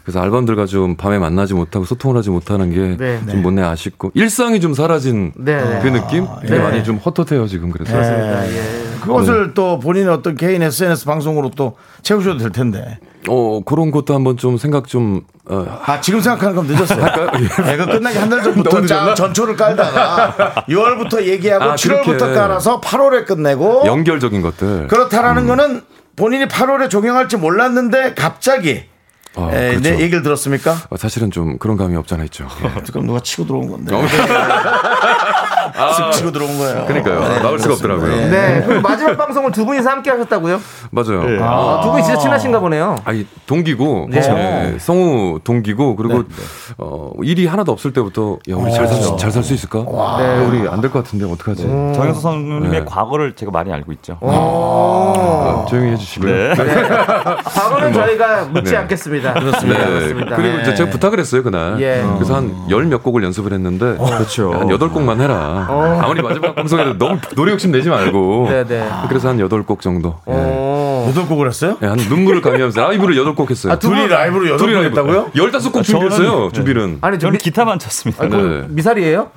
그래서 알밤들과 좀 밤에 만나지 못하고 소통을 하지 못하는 게 좀
네.
못내 아쉽고 일상이 좀 사라진
네, 네.
그 느낌? 그게
네.
많이 좀 헛헛해요 지금 그래서.
아,
네.
예.
네.
그것을 또 본인의 어떤 개인 SNS 방송으로 또 채우셔도 될 텐데.
어 그런 것도 한번 좀 생각 좀 어,
아, 지금 생각하는 건 늦었어요. 내가 끝나기 한 달 전부터 짜- 전초를 깔다가 6월부터 얘기하고
아,
7월부터
그렇게.
깔아서 8월에 끝내고
연결적인 것들.
그렇다라는
음.
거는 본인이 8월에 종영할지 몰랐는데 갑자기
아,
에,
그렇죠.
예,
네.
내 얘기를 들었습니까?
어, 사실은 좀 그런 감이 없잖아 있죠.
그럼 누가 치고 들어온 건데. 지금 치고 들어온 거예요.
그러니까요. 나올 수가 없더라고요.
네. 그리고 마지막 방송을 두 분이서 함께 하셨다고요?
맞아요.
아, 두 분이 진짜 친하신가 보네요.
아니 동기고
네.
네, 성우 동기고 그리고 어, 일이 하나도 없을 때부터 야 우리 잘 살 수 있을까? 야, 우리 안 될 것 같은데 어떡하지?
정영수 선님의
네.
과거를 제가 많이 알고 있죠.
아, 조용히
네.
해주시고요.
과거는 저희가 묻지
네.
않겠습니다.
네.
그렇습니다. 그렇습니다. 네.
그리고 이제 제가 부탁을 했어요 그날.
예.
그래서 한 열 몇 곡을 연습을 했는데
그렇죠.
한 여덟 곡만 해라. 아무리 마지막 방송에도 너무 노래 욕심 내지 말고.
네, 어. 네.
그래서 한 여덟 곡 정도. 예.
오.
무슨 곡을 했어요?
예, 한 눈물을 감미하면서 라이브를 여덟 곡 했어요.
둘이 라이브로 여덟 곡 했다고요?
열다섯 곡
저는-
준비했어요. 준비는.
네. 아니, 저
저는
미,
기타만 쳤습니다.
네.
미사리예요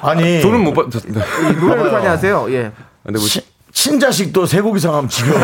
아니
저는 못 봤. 네.
이 노래를 많이 하세요? 예.
근데 뭐
친- 친자식도 세 곡 이상 하면 지겨워.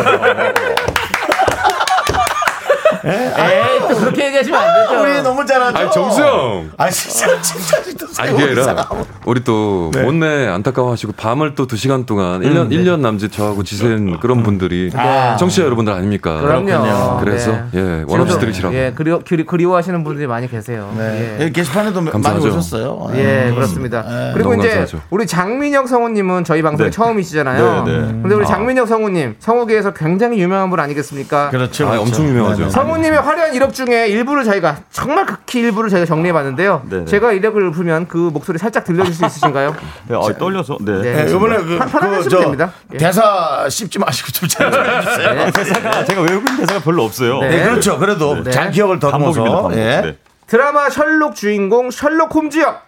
에이, 또 그렇게 얘기하시면 안 되죠.
우리 너무 잘하죠.
아니 정수영.
아 진짜 친자식도 세
어. 아니 그게
곡 이상.
아니라 우리 또 못내 안타까워하시고 밤을 또 두 시간 동안 일 년 일 년 남짓 저하고 지센 그런 분들이 청취자 여러분들 아닙니까?
그럼요.
그래서
네.
예 원없이 들으시라고.
예, 그리워, 그리, 그리워하시는 분들이 많이 계세요.
네.
예.
여기 게시판에도
감사하죠.
많이 오셨어요.
예,
음.
그렇습니다. 그리고
너무
이제
감사하죠.
우리 장민혁 성우님은 저희 방송이
네.
처음이시잖아요.
네, 네.
근데 우리 장민혁 성우님, 성우계에서 굉장히 유명한 분 아니겠습니까?
그렇죠.
아, 엄청
네,
유명하죠.
성우님의 화려한 이력 중에 일부를 저희가 정말 극히 일부를 저희가 정리해봤는데요.
네, 네.
제가 이력을 부르면 그 목소리 살짝 들려줄 수 있으신가요?
네, 어, 떨려서. 네.
네.
네, 이번에 그,
파- 파란색
그,
쓰면
저,
됩니다. 예.
대사 씹지 마시고 좀잘해 주세요.
네.
대사가 제가 외국인 대사가 별로 없어요.
네.
네, 그렇죠. 그래도 잘 기억을
반복입니다.
더듬어서.
반복.
예.
네.
드라마 셜록 주인공 셜록 홈즈 역.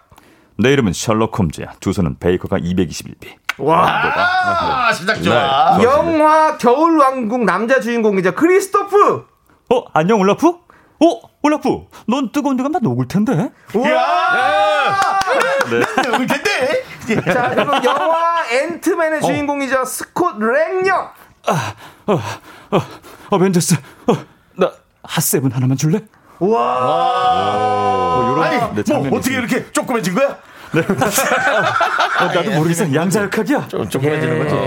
내 이름은 셜록 홈즈야. 주소는 베이커가 221비.
아, 시작 좋아.
영화 겨울왕국 남자 주인공이자 크리스토프.
아.
어, 안녕 올라프? 어, 올라프. 넌 뜨거운 데가 막 녹을 텐데.
울 텐데.
자, 그리고 영화 앤트맨의 주인공이자 스콧 랭 역.
어, 어벤져스. 어, 나 핫세븐 하나만 줄래?
아니,
네, 장면이
뭐 어떻게 이렇게 조그매진 거야?
어, 나도 모르겠어. 양자역학이야.
조그매지는 거죠.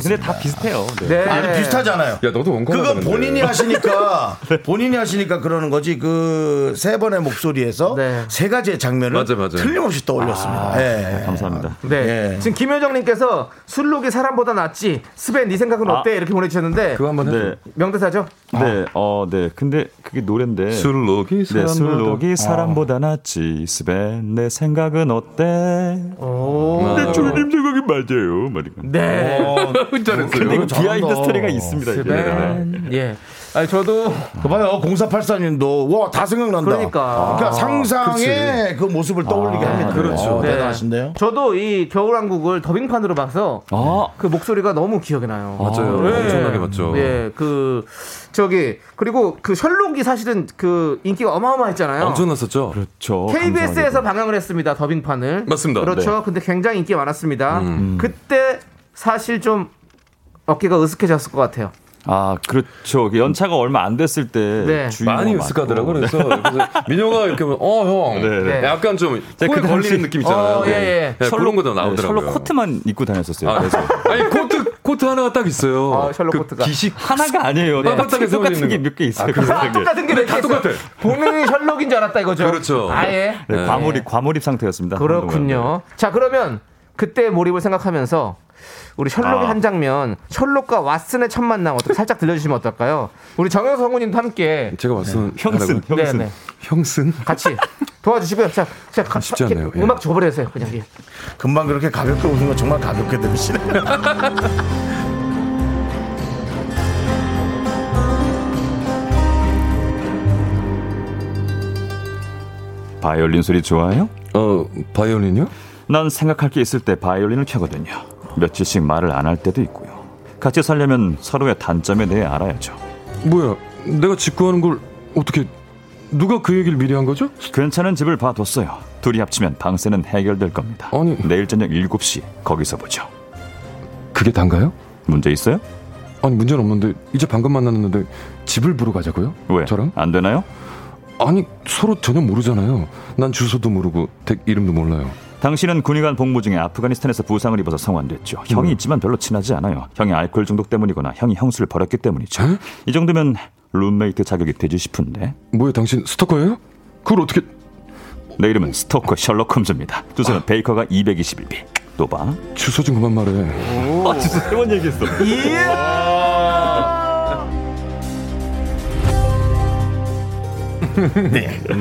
근데 다 비슷해요. 네.
네.
아니 어, 비슷하잖아요.
야 너도 원컴
그건 본인이 하시니까 본인이 하시니까 그러는 거지 그 세 번의 목소리에서
네.
세 가지의 장면을
맞아, 맞아.
틀림없이 떠올렸습니다. 예.
감사합니다.
네.
예.
지금 김효정님께서 술록이 사람보다 낫지. 스벤 네 생각은 어때? 이렇게 보내주셨는데
아. 그거 한번 해.
네.
명대사죠.
네. 어, 네. 근데 그게 노랜데.
술록이
네,
사람마다-
술록이 사람보다 낫지. 스벤, 내 생각은 어때?
오.
내 줄님 생각이 맞아요. 말이가.
네.
근데 그 비하인드 스토리가 있습니다. 이게. 네.
예. 아니 저도
그 봐요. 0484님도 와 다 생각난다.
그러니까.
아.
그러니까 상상의 그 모습을 떠올리게 합니다. 그렇죠.
네.
대단하신데요.
저도 이 겨울왕국을 더빙판으로 봐서
아,
그 목소리가 너무 기억이 나요.
맞아요.
네.
엄청나게 맞죠.
예, 그 저기 그리고 그 셜록이 사실은 그 인기가 어마어마했잖아요.
엄청났었죠.
그렇죠.
KBS에서 방영을 했습니다. 더빙판을.
맞습니다. 네. 음.
그렇죠. 근데 굉장히 인기 가 많았습니다. 그때 사실 좀 어깨가 으스해졌을 것 같아요.
아 그렇죠. 그 연차가 얼마 안 됐을 때
네.
주인공이
많이
많고.
으쓱하더라고 그래서, 그래서 민호가 이렇게 보면 어형
어, 네, 네.
예.
약간 좀 코에
제가 그 당시-
걸리는 느낌 있잖아요.
어, 예, 예.
네, 그런 거도
네,
나오더라고요.
셜록 코트만 입고 다녔었어요.
아,
그래서
아니 코트 코트 하나가 딱 있어요.
어, 셜록
그
코트가.
기식
하나가 아니에요.
네.
똑같은, 똑같은
똑같은
게 몇 개 있어요.
아,
그래서
똑같은 게다
네, 똑같아.
본인이 셜록인 줄 알았다 이거죠.
그렇죠.
아예.
네,
네.
과몰입 과몰입 상태였습니다.
그렇군요. 자, 그러면 그때 몰입을 생각하면서 우리 셜록의
아.
한 장면, 셜록과 왓슨의 첫 만남 어떻게 살짝 들려주시면 어떨까요? 우리 정영석 성우님도 함께
제가 봤을 때
형슨
하라고요?
형슨.
네, 네.
형슨
같이 도와주시고요. 자, 자, 가,
쉽지 않네요. 예.
음악 줘버려서요, 그냥. 예.
금방 그렇게 가볍게 웃은 거 정말 가볍게 들으시네.
바이올린 소리 좋아해요?
어, 바이올린이요?
난 생각할 게 있을 때 바이올린을 켜거든요. 며칠씩 말을 안 할 때도 있고요. 같이 살려면 서로의 단점에 대해 알아야죠.
뭐야, 내가 직구하는 걸 어떻게 누가 그 얘기를 미리 한 거죠?
괜찮은 집을 봐뒀어요. 둘이 합치면 방세는 해결될 겁니다.
아니.
내일 저녁 7시 거기서 보죠.
그게 단가요?
문제 있어요?
아니 문제는 없는데 이제 방금 만났는데 집을 보러 가자고요?
왜?
저랑?
안 되나요?
아니 서로 전혀 모르잖아요. 난 주소도 모르고 댁 이름도 몰라요.
당신은 군의관 복무 중에 아프가니스탄에서 부상을 입어서 성환됐죠. 형이
음.
있지만 별로 친하지 않아요. 형이 알코올 중독 때문이거나 형이 형수를 버렸기 때문이죠.
에?
이 정도면 룸메이트 자격이 되지 싶은데.
뭐야 당신 스토커예요? 그걸 어떻게?
내 이름은 스토커 셜록 홈즈입니다.
아.
주소는 베이커가 221비. 또 봐.
주소 좀 그만 말해.
아, 주소 세번 얘기했어.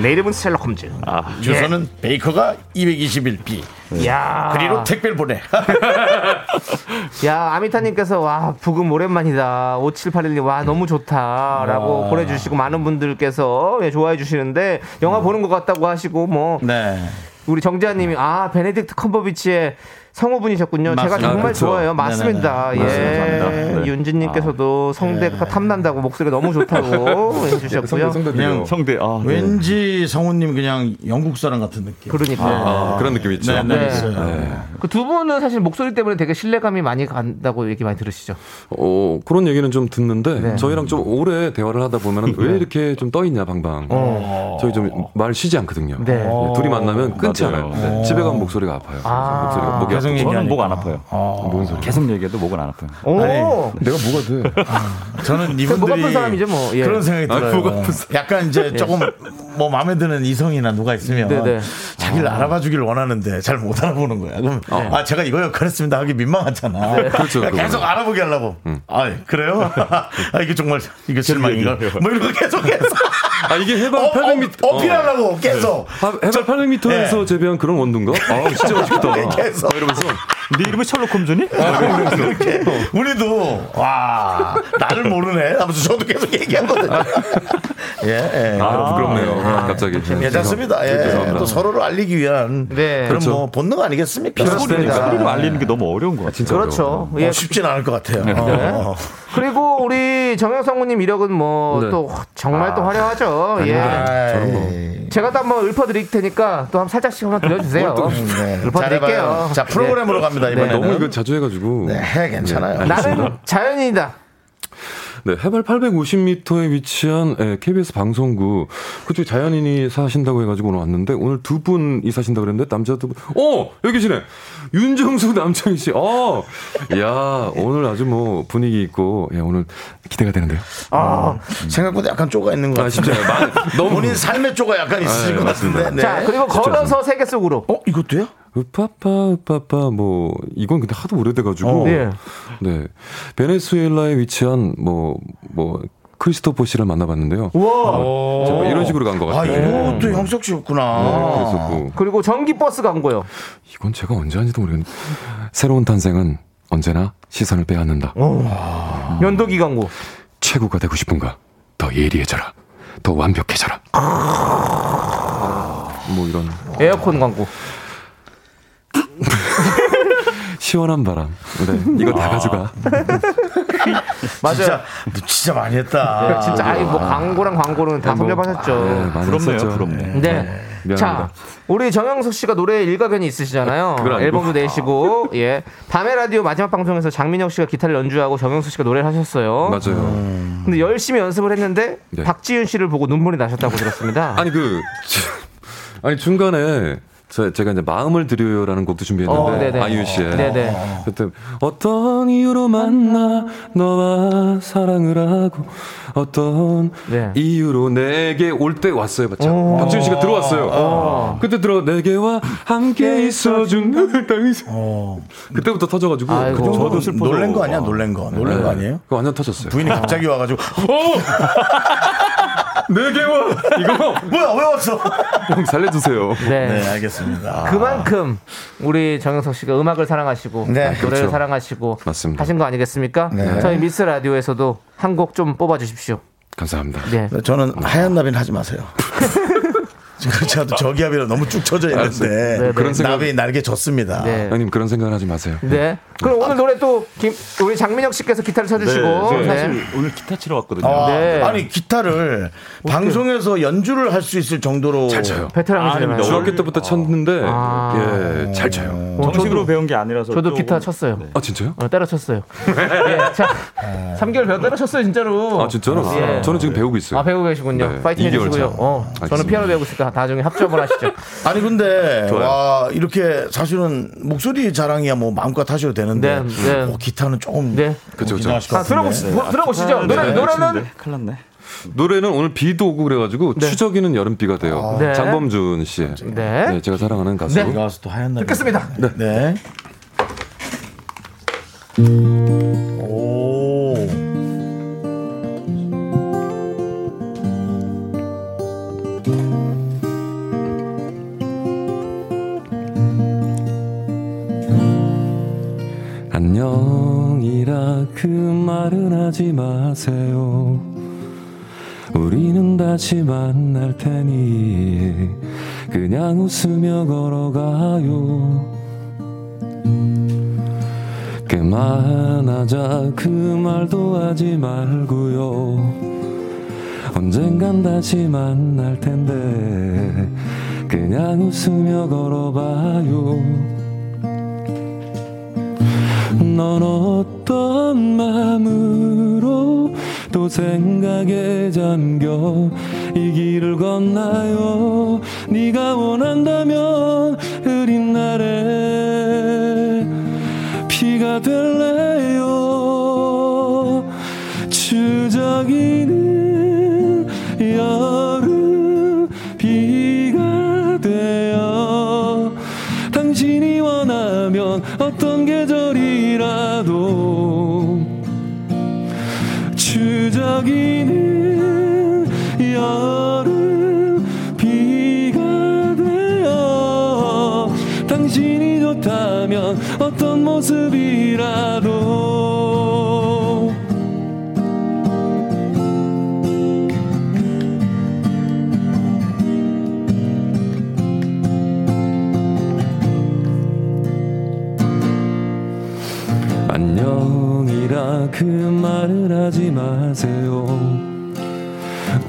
내 이름은 셀럽홈즈.
주소는 베이커가 221B.
야
그리로 택배를 보내.
야, 아미타님께서, 와, 부금 오랜만이다. 5781님, 와, 너무 좋다. 라고
아.
보내주시고, 많은 분들께서 예, 좋아해 주시는데, 영화 보는 것 같다고 하시고, 뭐,
음. 네.
우리 정재환님이, 아, 베네딕트 컴버비치의 성우분이셨군요. 제가
맞습니다.
정말
아, 그쵸.
좋아해요. 맞습니다.
네네네.
예.
맞습니다. 네.
윤진님께서도
아. 네.
성대가 탐난다고, 목소리가 너무 좋다고 해주셨고요.
그냥
성대. 아, 네.
왠지 성우님 그냥 영국 사람 같은 느낌.
그러니까.
아, 그런 느낌 있죠.
네, 네,
네.
있어요.
그 두 분은 사실 목소리 때문에 되게 신뢰감이 많이 간다고 얘기 많이 들으시죠.
어, 그런 얘기는 좀 듣는데
네.
저희랑 좀 오래 대화를 하다 보면 왜 이렇게 좀 떠 있냐 방방. 저희 좀 말 쉬지 않거든요.
어. 네.
네, 둘이 만나면 끊지
맞아요.
않아요.
네.
집에 가면 목소리가 아파요.
아.
그래서 목소리가 목이
계속
아프고.
저는
얘기하니까. 어.
목 안 아파요.
뭔 소리?
계속 얘기해도 목은 안 아파요.
오!
내가 뭐가 돼?
저는 이분들이
목 아픈 사람이죠, 뭐. 예.
그런 생각이
아,
들어요.
목 아픈
약간 이제
예.
조금 뭐 마음에 드는 이성이나 누가 있으면
네, 네.
자기를 알아봐 주길 원하는데 잘 못 알아보는 거야. 그럼
어.
아 제가 이거 역할했습니다 하기 민망하잖아.
네.
그렇죠,
그러니까 계속
그거는.
알아보게 하려고.
음.
아 그래요? 아 이게 정말 이게 실망인가? 뭐 이런 거 계속해서
아 이게
어,
해발
어,
800m.
어필하려고
그러니까
계속.
아, 해발 800m에서
예.
재배한 그런 원두인가? 아, 진짜 맛있겠다.
계속.
막 이러면서 아, 네,
네 이름이 셜록 홈즈니?
이렇게
어.
우리도 와 나를 모르네. 하면서 저도 계속 얘기하거든요. 예, 예.
아, 부끄럽네요. 아, 갑자기. 네,
괜찮습니다. 예.
죄송합니다.
또 서로를 알리기 위한
네.
그런
그렇죠.
뭐 본능 아니겠습니까?
필요했으니까.
소리로 그러니까 알리는 게 너무 어려운 것 같아요.
진짜
그렇죠. 예. 네.
어, 쉽진 않을 것 같아요. 어.
그리고 우리 정영성우님 이력은 뭐
네.
또 정말 또 화려하죠. 예.
아. 아이, 뭐.
제가 또 한번 읊어드릴 테니까 또 한 잘짝씩 한번 들려주세요. 음,
네.
읊어드릴게요.
잘해봐요. 자 프로그램으로 갑니다
네.
이번에
너무 이거 자주 해가지고.
네, 해, 괜찮아요.
예. 나는 자연인이다.
네, 해발 850m에 위치한 예, KBS 방송국 그쪽 자연인이 사신다고 해가지고 오늘 왔는데 오늘 두 분이 사신다 그랬는데 남자 두 분, 어 여기 계시네 윤정수 남창희 씨, 어, 야 오늘 아주 뭐 분위기 있고 예, 오늘 기대가 되는데요.
아,
생각보다 약간 쪼가 있는 것
아
같아요.
진짜 많이- 너무
본인 삶의 쪼가 약간 있으신
아,
것
예, 맞습니다.
같은데. 네.
자 그리고 걸어서 세계 속으로.
어 이것도요?
으빠빠 으빠빠 뭐 이건 근데 하도 오래돼가지고
어. 예.
네 베네수엘라에 위치한 뭐 뭐 크리스토퍼 씨를 만나봤는데요.
우와.
자, 뭐 이런 식으로 간 것
아
같아요.
이것도 형석 씨였구나.
네, 그랬었고
그리고 전기 버스 광고요.
이건 제가 언제 한지도 모르겠는데 새로운 탄생은 언제나 시선을 빼앗는다
어?
면도기 광고.
최고가 되고 싶은가 더 예리해져라 더 완벽해져라 뭐 이런
에어컨 광고.
시원한 바람 네, 이거 다 가져가
맞아요.
진짜 진짜 많이 했다.
진짜 아니 뭐 광고랑 광고는 다 섭렵하셨죠.
네, 많이
부럽네요,
했었죠.
부럽네.
네.
미안합니다. 네,
자, 우리 정영석 씨가 노래 일가견이 있으시잖아요.
그건 아니고.
앨범도 내시고, 예. 밤의 라디오 마지막 방송에서 장민혁 씨가 기타를 연주하고 정영석 씨가 노래를 하셨어요.
맞아요
근데 열심히 연습을 했는데
네.
박지윤 씨를 보고 눈물이 나셨다고 들었습니다.
아니 그 아니 중간에 저- 제가 이제 마음을 드려요라는 곡도
어,
준비했는데
네네.
아이유 씨의
네네.
그때 어떤 이유로 만나 너와 사랑을 하고 어떤
네.
이유로 내게 올 때 왔어요. 맞죠? 박지윤 씨가 들어왔어요. 그때 들어 내게와 함께 있어준 땅이 그때부터 터져가지고
아이고.
그때
저도 놀란 거 아니야? 놀란 거. 놀란 거 아니에요?
네. 그거 완전 터졌어요.
부인이 갑자기 와가지고 어?
내게와 어! 네, 이거
뭐야 왜 왔어?
형 살려주세요.
네.
네
아.
알겠습니다.
그만큼 우리 정영석 씨가 음악을 사랑하시고
네.
노래를
그렇죠.
사랑하시고
맞습니다.
하신 거 아니겠습니까?
네.
저희 미스 라디오에서도 한 곡 좀 뽑아 주십시오.
감사합니다.
네.
저는 하얀 나비는 하지 마세요. 그렇지 않아도 저기압이라 너무 쭉 쳐져 있는데
네,
그런 생각-
나비 날개 졌습니다.
네.
형님 그런 생각을 하지 마세요.
네. 그럼 오늘 노래 또 김, 우리 장민혁 씨께서 기타를 쳐주시고
저
네.
사실 오늘 기타 치러 왔거든요.
아,
네.
아니 기타를 방송에서 연주를 할 수 있을 정도로
잘 쳐요.
베테랑이시네요.
아닙니다.
중학교 때부터 쳤는데
아.
예, 잘 쳐요.
어,
정식으로
저도,
배운 게 아니라서
그
저도
조금-
기타 쳤어요.
아 진짜요?
어, 때려 쳤어요. 예, 자, 3개월 배워 때려 쳤어요, 진짜로.
아 진짜로?
예.
저는 지금 배우고 있어요.
아, 배우고 계시군요.
네,
파이팅
이개월
해주시고요.
차.
어, 저는
알겠습니다.
피아노 배우고 있으니까 나중에 합주한번 하시죠.
아니 근데 와 이렇게 사실은 목소리 자랑이야 뭐 마음껏 하셔도 되는데
네, 네.
어, 기타는 조금
네.
그쵸, 그쵸.
이상하실 것
아,
같은데.
들어보시,
네,
들어보시죠. 노래, 노래는
네, 큰일 났네.
노래는 오늘 비도 오고 그래가지고
네.
추적이는 여름비가
아,
돼요.
네.
장범준 씨의
네.
네, 제가 사랑하는 가수.
네.
여기 와서 또 하얀 날.
듣겠습니다.
네.
네.
오.
안녕이라 그 말은 하지 마세요. 우리는 다시 만날 테니 그냥 웃으며 걸어가요. 그만하자 그 말도 하지 말고요. 언젠간 다시 만날 텐데 그냥 웃으며 걸어봐요. 넌 어떤 마음으로 또 생각에 잠겨 이 길을 건나요 네가 원한다면 흐린 날에 피가 될래요 추적이는 여름 비가 되어 당신이 원하면 어떤 계절이라도 추적이는 여름 비가 되어 당신이 좋다면 어떤 모습이라도 안녕이라 그 말을 하지 마세요.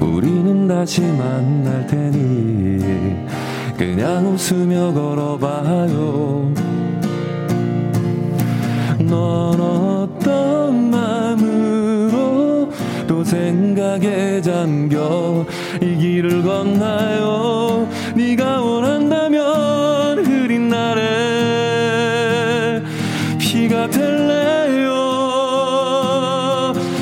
우리는 다시 만날 테니 그냥 웃으며 걸어봐요. 넌 어떤 마음으로 또 생각에 잠겨 이 길을 건나요 네가 원한다면 흐린 날에 피가 될래요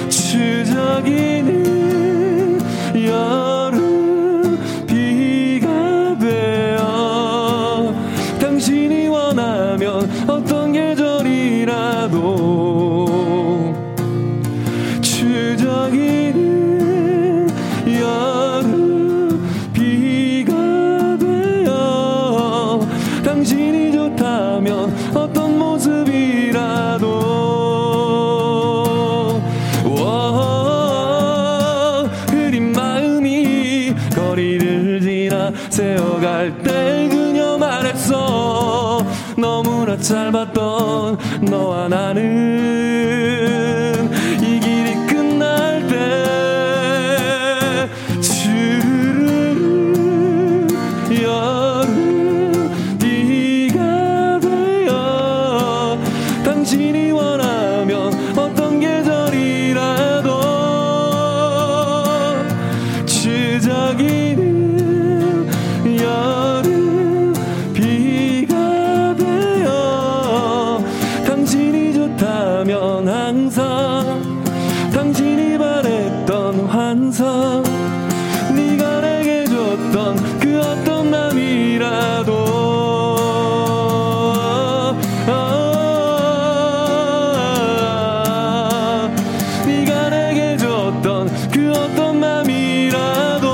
추적이는 여름 비가 되어 당신이 원하면 어떤 계절이라도 추적이는 여름 비가 되어 당신이 좋다면 어떤 모습이라도 워, 흐린 마음이 거리를 지나 세어갈 때 그녀 말했어 너무나 짧았던 너와 나는 이 길이 끝날 때 주르르 여름 비가 되어 당신이 원하면 어떤 계절이라도 추적이는 여름 비가 되어 당신이 좋다면 항상 당신이 바랬던 환상 네가 내게 줬던 그 어떤 남이라도 아, 네가 내게 줬던 그 어떤 맘이라도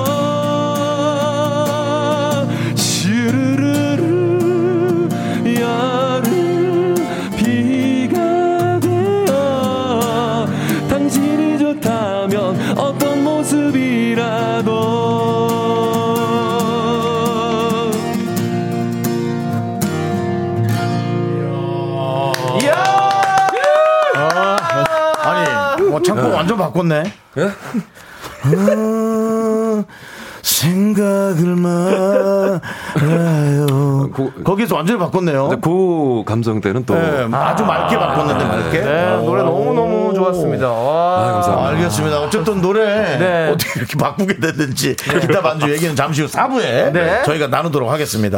어, 완전 바꿨네.
예?
아, 생각을 말아요.
그-
거기서 완전히 바꿨네요.
근데 그 감성 때는 또.
네, 아주 맑게 바꿨는데 맑게.
네, 노래 너무너무 좋았습니다. 와.
아, 감사합니다.
알겠습니다. 어쨌든 노래
네.
어떻게 이렇게 바꾸게 됐는지 기타 반주 얘기는 잠시 후 4부에
네.
저희가 나누도록 하겠습니다.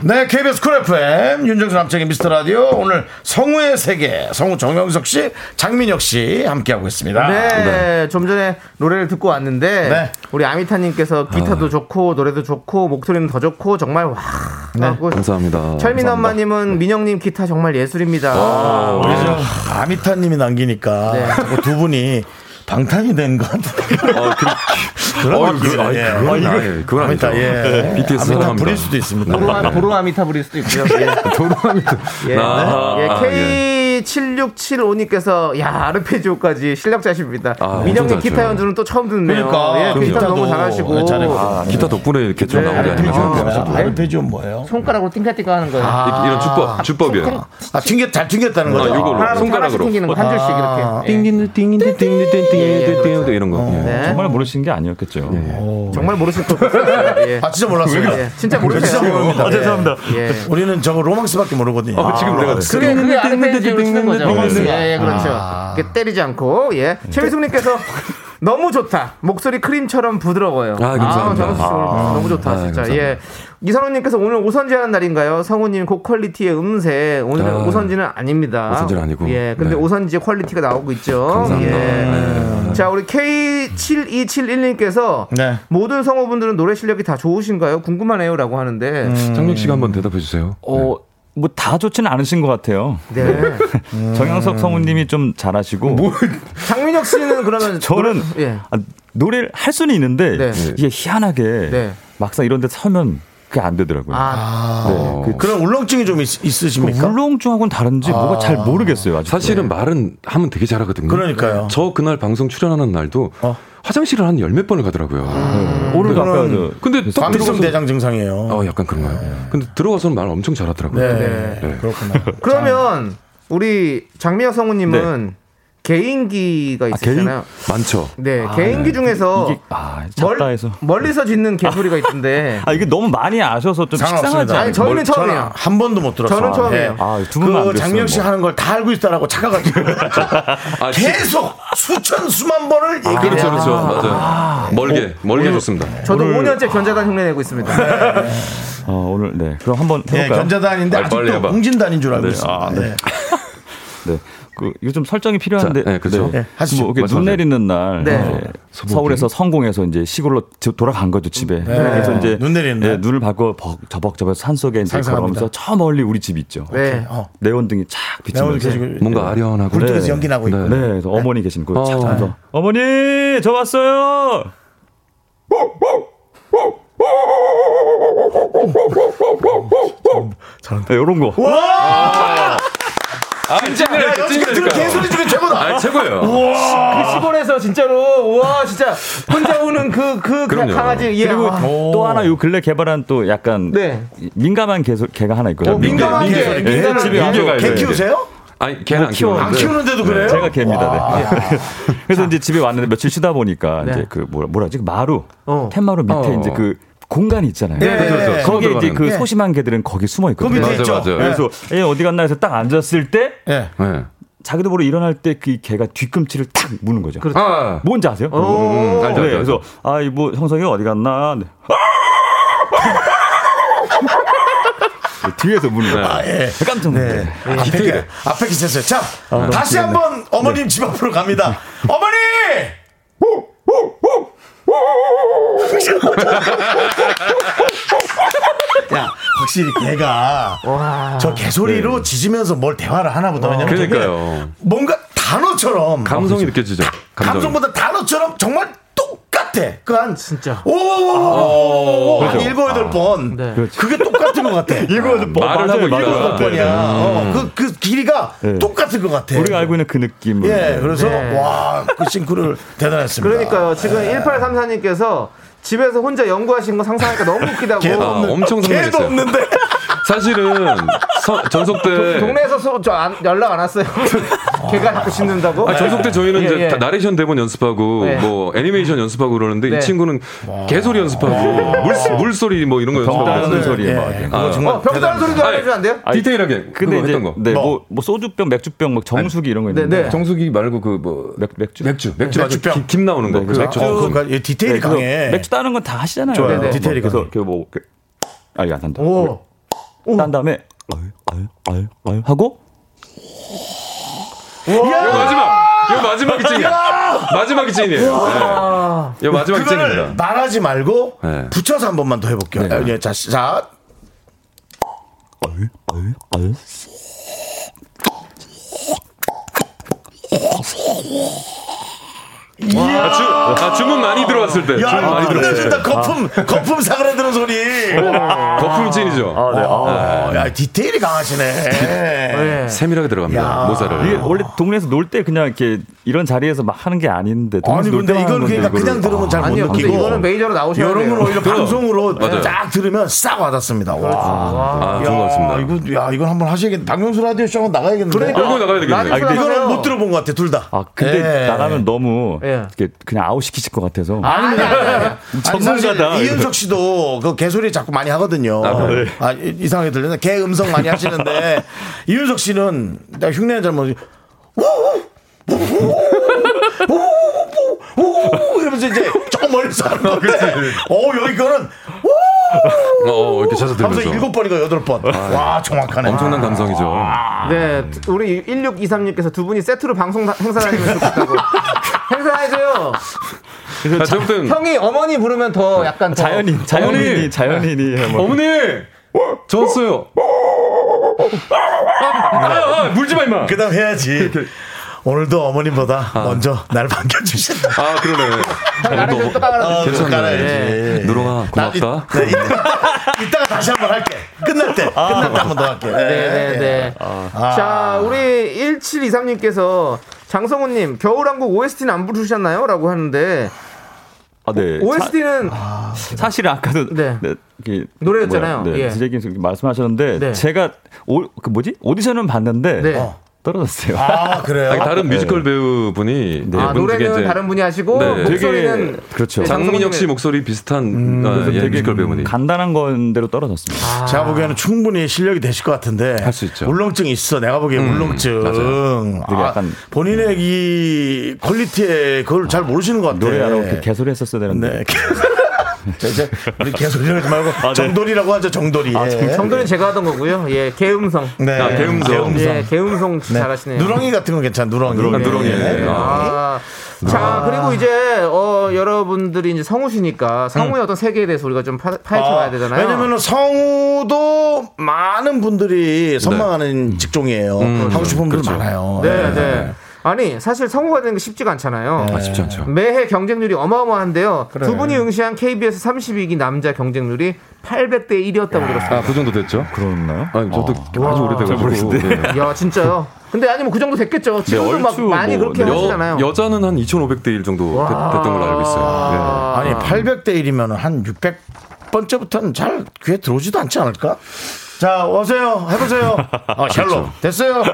네, KBS 쿨 FM 윤정수 남창의 미스터 라디오 오늘 성우의 세계 성우 정영석 씨, 장민혁 씨 함께하고 있습니다.
네, 좀 전에 노래를 듣고 왔는데
네.
우리 아미타님께서 기타도 좋고 노래도 좋고 목소리는 더 좋고 정말 와. 하고
감사합니다.
철민
감사합니다.
엄마님은 민영님 기타 정말 예술입니다.
우리 저 아미타님이 남기니까
네.
자꾸 두 분이 방탄이 된 것 같아요.
어, 그,
그런
어,
느낌이에요.
그, 아니,
예.
그건
어, 이거-
아니에요. 그건 네, 아니죠.
아미타, 예.
BTS
아미타
사랑합니다.
부릴 수도 있습니다.
도로, 도로 아미타불일 수도 있고요. 예. 예.
아,
예,
아,
K7675님께서 야 아르페지오까지 실력자십니다.
아,
민영님
엄청 잘하죠.
기타 연주는 또 처음 듣네요.
그러니까.
예, 기타
그럼요.
너무
네,
잘하시고
잘했고.
아, 기타 덕분에 이렇게 좀 나온 게 아닌가
아,
생각합니다.
아이페지온 뭐예요?
손가락으로 띵까띵까 하는 거예요.
이- 이런 주법, 주법이에요.
아, 튕겨, 잘 튕겼다는 거죠.
이걸로. 네,
하나씩 하나씩
아, 손가락으로.
튕기는 거 한 줄씩 이렇게. 예.
띵 띵딘 띵딘 띵딘 띵딘 이런 거. 예.
네.
정말 모르신 게 아니었겠죠.
정말 모르실 것 같아요. 예.
아, 진짜 몰랐어요.
예. 진짜 모르세요.
진짜 모릅니다.
아, 죄송합니다.
예.
우리는 저거 로망스밖에 모르거든요.
아, 지금
네.
내가
그게 그게 아르페지오를 치는 거죠.
띵.
예, 예, 그렇죠.
아.
이렇게 때리지 않고 예.
네.
최미숙님께서 너무 좋다. 목소리 크림처럼 부드러워요.
아, 감사합니다.
정수 씨 오늘 너무 좋다,
아,
진짜.
감사합니다.
예. 이선우님께서 오늘 오선지하는 날인가요? 성우님 곡 퀄리티의 음색 오늘
아.
오선지는 아닙니다.
오선지는 아니고.
예, 근데
네.
오선지의 퀄리티가 나오고 있죠.
감사합니다. 네.
예. 자, 우리 K7271님께서
네.
모든 성우분들은 노래 실력이 다 좋으신가요? 궁금하네요라고 하는데
음.
장혁 씨가 한번 대답해 주세요.
어, 뭐 다 좋지는 않으신 것 같아요.
네.
음.
정영석 성우님이 좀 잘하시고
뭐?
장민혁 씨는 그러면
저는
예.
아, 노래를 할 수는 있는데
네.
이게 희한하게
네.
막상 이런 데 서면 그게 안 되더라고요.
아,
어.
그런 울렁증이 좀 있, 있으십니까?
뭐 울렁증하고는 다른지 뭐가 잘 모르겠어요. 아직
사실은 말은 하면 되게 잘하거든요.
그러니까요.
저 그날 방송 출연하는 날도
어.
화장실을 한 열 몇 번을 가더라고요.
오늘 아까
음. 그거는-
저
근데 딱
과민성
들어가서
대장 증상이에요.
어 약간 그런가요? 근데 들어가서는 말 엄청 잘하더라고요.
네.
네.
네.
그렇구나.
그러면 우리 장민혁 성우님은 개인기가 있으잖아요.
많죠.
네, 개인기 중에서
아, 이게 아, 작다 해서
멀리서 짓는 개소리가 있던데.
아 이게 너무 많이 아셔서 좀 식상하지
상관없습니다.
아니,
않아요?
저희는
뭘-
처음이에요.
저는 한 번도 못 들었어요.
저는 처음이에요.
아, 두 분만
그
안
장명 씨
그랬어요, 뭐.
하는 걸 다 알고 있다라고 착각하죠.
아, 시-
계속 수천 수만 번을
아,
얘기를
그렇죠,
해요.
그렇죠. 맞아요. 어, 멀게, 멀게 좋습니다.
저도 5년째 견자단 흉내 내고 있습니다.
어, 오늘 네 그럼 한번
예,
해볼까요?
견자단인데
아, 빨리
아직도
해봐.
공진단인 줄 알고
네,
있습니다.
아, 네.
네.
네. 그 이거 좀 설정이 필요한데.
자, 네, 그렇죠.
예, 하시죠.
뭐
어,
이렇게
말씀하세요.
눈 내리는 날
네.
이제 서울에서 성공해서 이제 시골로 지- 돌아간 거죠 집에. 그래서 이제
네. 눈 내리는 날.
예, 눈을 바꿔 벅- 저벅저벅 산속에 이제
상상합니다.
걸으면서 저 멀리 우리 집 있죠.
네.
어.
네온등이 착
내가 오늘
비치면서.
계속
뭔가 아련하고
굴뚝에서
네.
연기 나고 있고.
네.
네, 그래서 어머니 계신 그
어.
착 하면서 어머니 저 왔어요. 잘한다. 이런 네, 거.
아, 찐이니까.
들은 개소리 중에 최고다.
아, 최고예요.
어.
그 시골에서 진짜로 와 진짜 혼자 오는 그 그
그럼요.
강아지 예.
그리고
아.
또 하나 요 근래 개발한 또 약간
네.
민감한 개소, 개가 하나 있거든요.
어, 민감한
민개.
개.
예,
민감한
집에
개.
안 들어가요.
개
예.
네,
키우세요?
아니, 걔는 안
키워.
키우는데.
안 키우는데. 키우는데도
네,
그래요?
제가 개입니다. 네. 그래서 이제 집에 왔는데 며칠 쉬다 보니까
네.
이제 그 뭐라, 뭐라지 마루
어.
템마루 밑에
어.
이제 그 공간이 있잖아요.
그렇죠, 그렇죠.
거기에
숨어
이제 그
들어가는.
소심한 개들은 거기 숨어
그 밑에
있거든요.
네, 맞아요,
있죠.
맞아요.
예.
네.
그래서 얘 어디 갔나 해서 딱 앉았을 때
예.
네.
자기도 모르게 일어날 때 그 개가 뒤꿈치를 탁 무는 거죠.
아,
뭔지 아세요?
음, 알죠,
네,
알죠.
그래서 아 이 뭐 형성이 어디 갔나? 네. 그 뒤에서 무는 거야.
아, 예.
네. 깜짝 놀랐어요.
네. 앞에 게, 앞에 게 쳤어요. 자,
아, 네,
너무
다시
기대돼.
한번 어머님 집 앞으로 갑니다. 어머니! 야, 확실히 걔가 저 개소리로 짖으면서 뭘 대화를 하나 보다. 왜냐면 저게
네. 그러니까요.
뭔가 단어처럼
감성이 느껴지죠. 감성.
감성보다 단어처럼 정말 똑같아. 그 한
진짜.
오오오오오오 한
그렇죠.
일곱 여덟 번.
네.
그게 똑같은 것 같아. 일곱 여덟 번.
말을 하고
일곱
있다가.
여덟 번이야. 어, 그그 길이가
네.
똑같은 것 같아.
우리가 알고 있는 그 느낌.
예, 그래서
네.
와 그 싱크를 대단했습니다.
그러니까요. 지금 1834님께서 집에서 혼자 연구하신 거 상상하니까 너무 웃기다고.
걔도
아,
없는,
엄청
걔도
성공했어요.
없는데
사실은 서- 전속 때
동네에서 소, 저 안- 연락 안 왔어요. 걔가 자꾸 짖는다고?
아, 전속 때 저희는
예,
이제
예.
다 나레이션 대본 연습하고
예.
뭐 애니메이션 연습하고 그러는데
네.
이 친구는 개소리 연습하고 물 물소리 뭐 이런 거 연습하고
병따는
하는데
그 소리에
예,
막. 이렇게.
그거 정말
어, 병따는
대단합니다.
소리도 안
아니,
해주면 안 돼요?
아니,
디테일하게 그거
근데 이제
했던 거.
네,
뭐.
뭐, 뭐 소주병, 맥주병, 막 정수기 이런 거
네,
있는데
네.
정수기 말고 그 뭐
맥, 맥주.
맥주 맥주 아주
맥주병.
김, 김 나오는 거.
네,
그
그
맥주.
맥주.
어,
어,
그-
그러니까 얘 디테일이
네, 그래서
강해.
맥주 따는 건 다 하시잖아요.
좋아요.
뭐,
디테일이
그래서
강해.
그 뭐, 그- 아, 이거 안 산다.
오.
딴 다음에 아유, 아유, 아유, 아유 하고
이거 마지막. 이거 마지막이 찐이야. 마지막이 찐이에요. 네. 이거 마지막이
그거를
찐입니다.
말하지 말고
네.
붙여서 한 번만 더 해볼게요.
네.
예, 자, 자,
아유, 아유, 아유.
아, 주, 아, 주문 많이 들어왔을 때.
야,
주문
이거
많이 들어왔을
끝내준다.
때.
거품, 거품 사그라드는 소리.
거품 찐이죠.
어, 야, 디테일이 강하시네.
네.
세밀하게 들어갑니다.
야.
모자를.
이게 원래 동네에서 놀 때 그냥 이렇게 이런 자리에서 막 하는 게 아닌데 동네에서
아니,
놀때
근데 이건 그러니까 그냥 들으면 잘 못
아니요. 근데
느끼고.
이거는 메이저로 나오셔야 돼요.
여러분 오히려
그럼.
방송으로
맞아요.
쫙 들으면 싹 와닿습니다. 그렇죠. 와.
아,
야,
좋은 것 같습니다. 그러니까.
이거, 야, 이건 한번 하셔야겠네. 박명수 라디오 쇼 나가야겠는데.
얼굴 나가야 되겠네요.
라디오
아,
나가세요.
이거는 못 들어본 것 같아, 둘 다.
아 근데
예.
나가면 너무
예.
이렇게 그냥 아웃 시키실 것 같아서
아니, 아니, 아니.
아니,
전문가다.
사실 이윤석 씨도 그 개소리 자꾸 많이 하거든요. 아, 이- 이상하게 들리네. 개 음성 많이 하시는데 이윤석 씨는 내가 흉내는 잘 모르지. 오 이러면서 이제 조금 멀리서 하는 건데 어 여기 거는
어, 어, 아. 이렇게 찾아
하면서
들면서.
일곱 번인가 여덟 번와 정확하네
엄청난 감성이죠.
아.
네, 두- 우리 1623님께서 두 분이 세트로 방송 다- 행사 다니면 좋겠다고. 행사 해줘요.
자, 저부터는
형이 어머니 부르면 더 약간 더
자연인
어머니!
자연인이 자연인이 뭐
어머니! 저 왔어요. 아, 아, 물지 마, 임마.
그 다음 해야지 오늘도 어머님보다 먼저 날 반겨주신다
아, 그러네.
나를 좀 깎아라.
괜찮네. 예.
깔아야지.
누로가
나 이-
고맙다.
나 이따, 이따가 다시 한번 할게 끝날 때 끝날 때 한 번 더 할게
네, 네.
아.
자, 우리 1723님께서 장성훈님 겨울왕국 OST는 안 부르셨나요? 라고 하는데
아, 네.
OST는
아,
사, 사실 아까도
네.
네. 이렇게
노래였잖아요.
뭐야,
예.
네. 디제이님 서 말씀하셨는데
네.
제가 오, 그 뭐지 오디션은 봤는데
네.
떨어졌어요.
아 그래요
아, 다른 뮤지컬 배우분이 네,
아,
분들께
노래는 다른 분이 하시고
네. 되게
목소리는
그렇죠.
네,
장민혁 씨
장성훈님.
목소리 비슷한 아, 예, 뮤지컬 배우분이
간단한 건대로 떨어졌습니다.
아,
제가 보기에는 충분히 실력이 되실 것 같은데
할수 있죠.
울렁증이 있어. 내가 보기에 울렁증.
되게
아,
약간-
본인의 이 퀄리티에 그걸 잘 모르시는 것 같아요.
네.
노래 안 하고 이렇게 개소리 했었어야 되는데
네. 자, 이제 우리 개소리 하지 말고 정돌이라고 하죠. 정돌이. 예.
정도는 제가 하던 거고요. 예, 개음성.
네.
아, 개음성.
예, 개음성
네.
잘하시네요.
누렁이 같은 건 괜찮아. 누렁이.
누렁이,
예.
누렁이.
예.
아.
아. 자, 그리고 이제, 어, 여러분들이 이제 성우시니까 성우의 어떤 세계에 대해서 우리가 좀 파, 파헤쳐 봐야 되잖아요.
음. 왜냐면 은 성우도 많은 분들이 선망하는 직종이에요. 하고 싶은 분들 많아요.
네, 네. 아니, 사실 성우가 되는 게 쉽지가 않잖아요.
네.
쉽지 않죠.
매해 경쟁률이 어마어마한데요. 두 분이 응시한 KBS 32기 남자 경쟁률이 800대 1이었다고 들었어요.
아, 그 정도 됐죠?
그렇나요?
아, 저도 아주 오래돼가지고 네.
야, 진짜요. 근데 아니면 그 정도 됐겠죠. 지금도 막
얼추
많이
뭐,
그렇게
여-
하시잖아요.
여, 자는한 2,500대 1 정도 됐, 던 걸로 알고 있어요. 네.
아니 800대 1이면 한 600번째부터는 잘 귀에 들어오지도 않지 않을까? 자 오세요 해보세요. 아 샬롬 됐어요.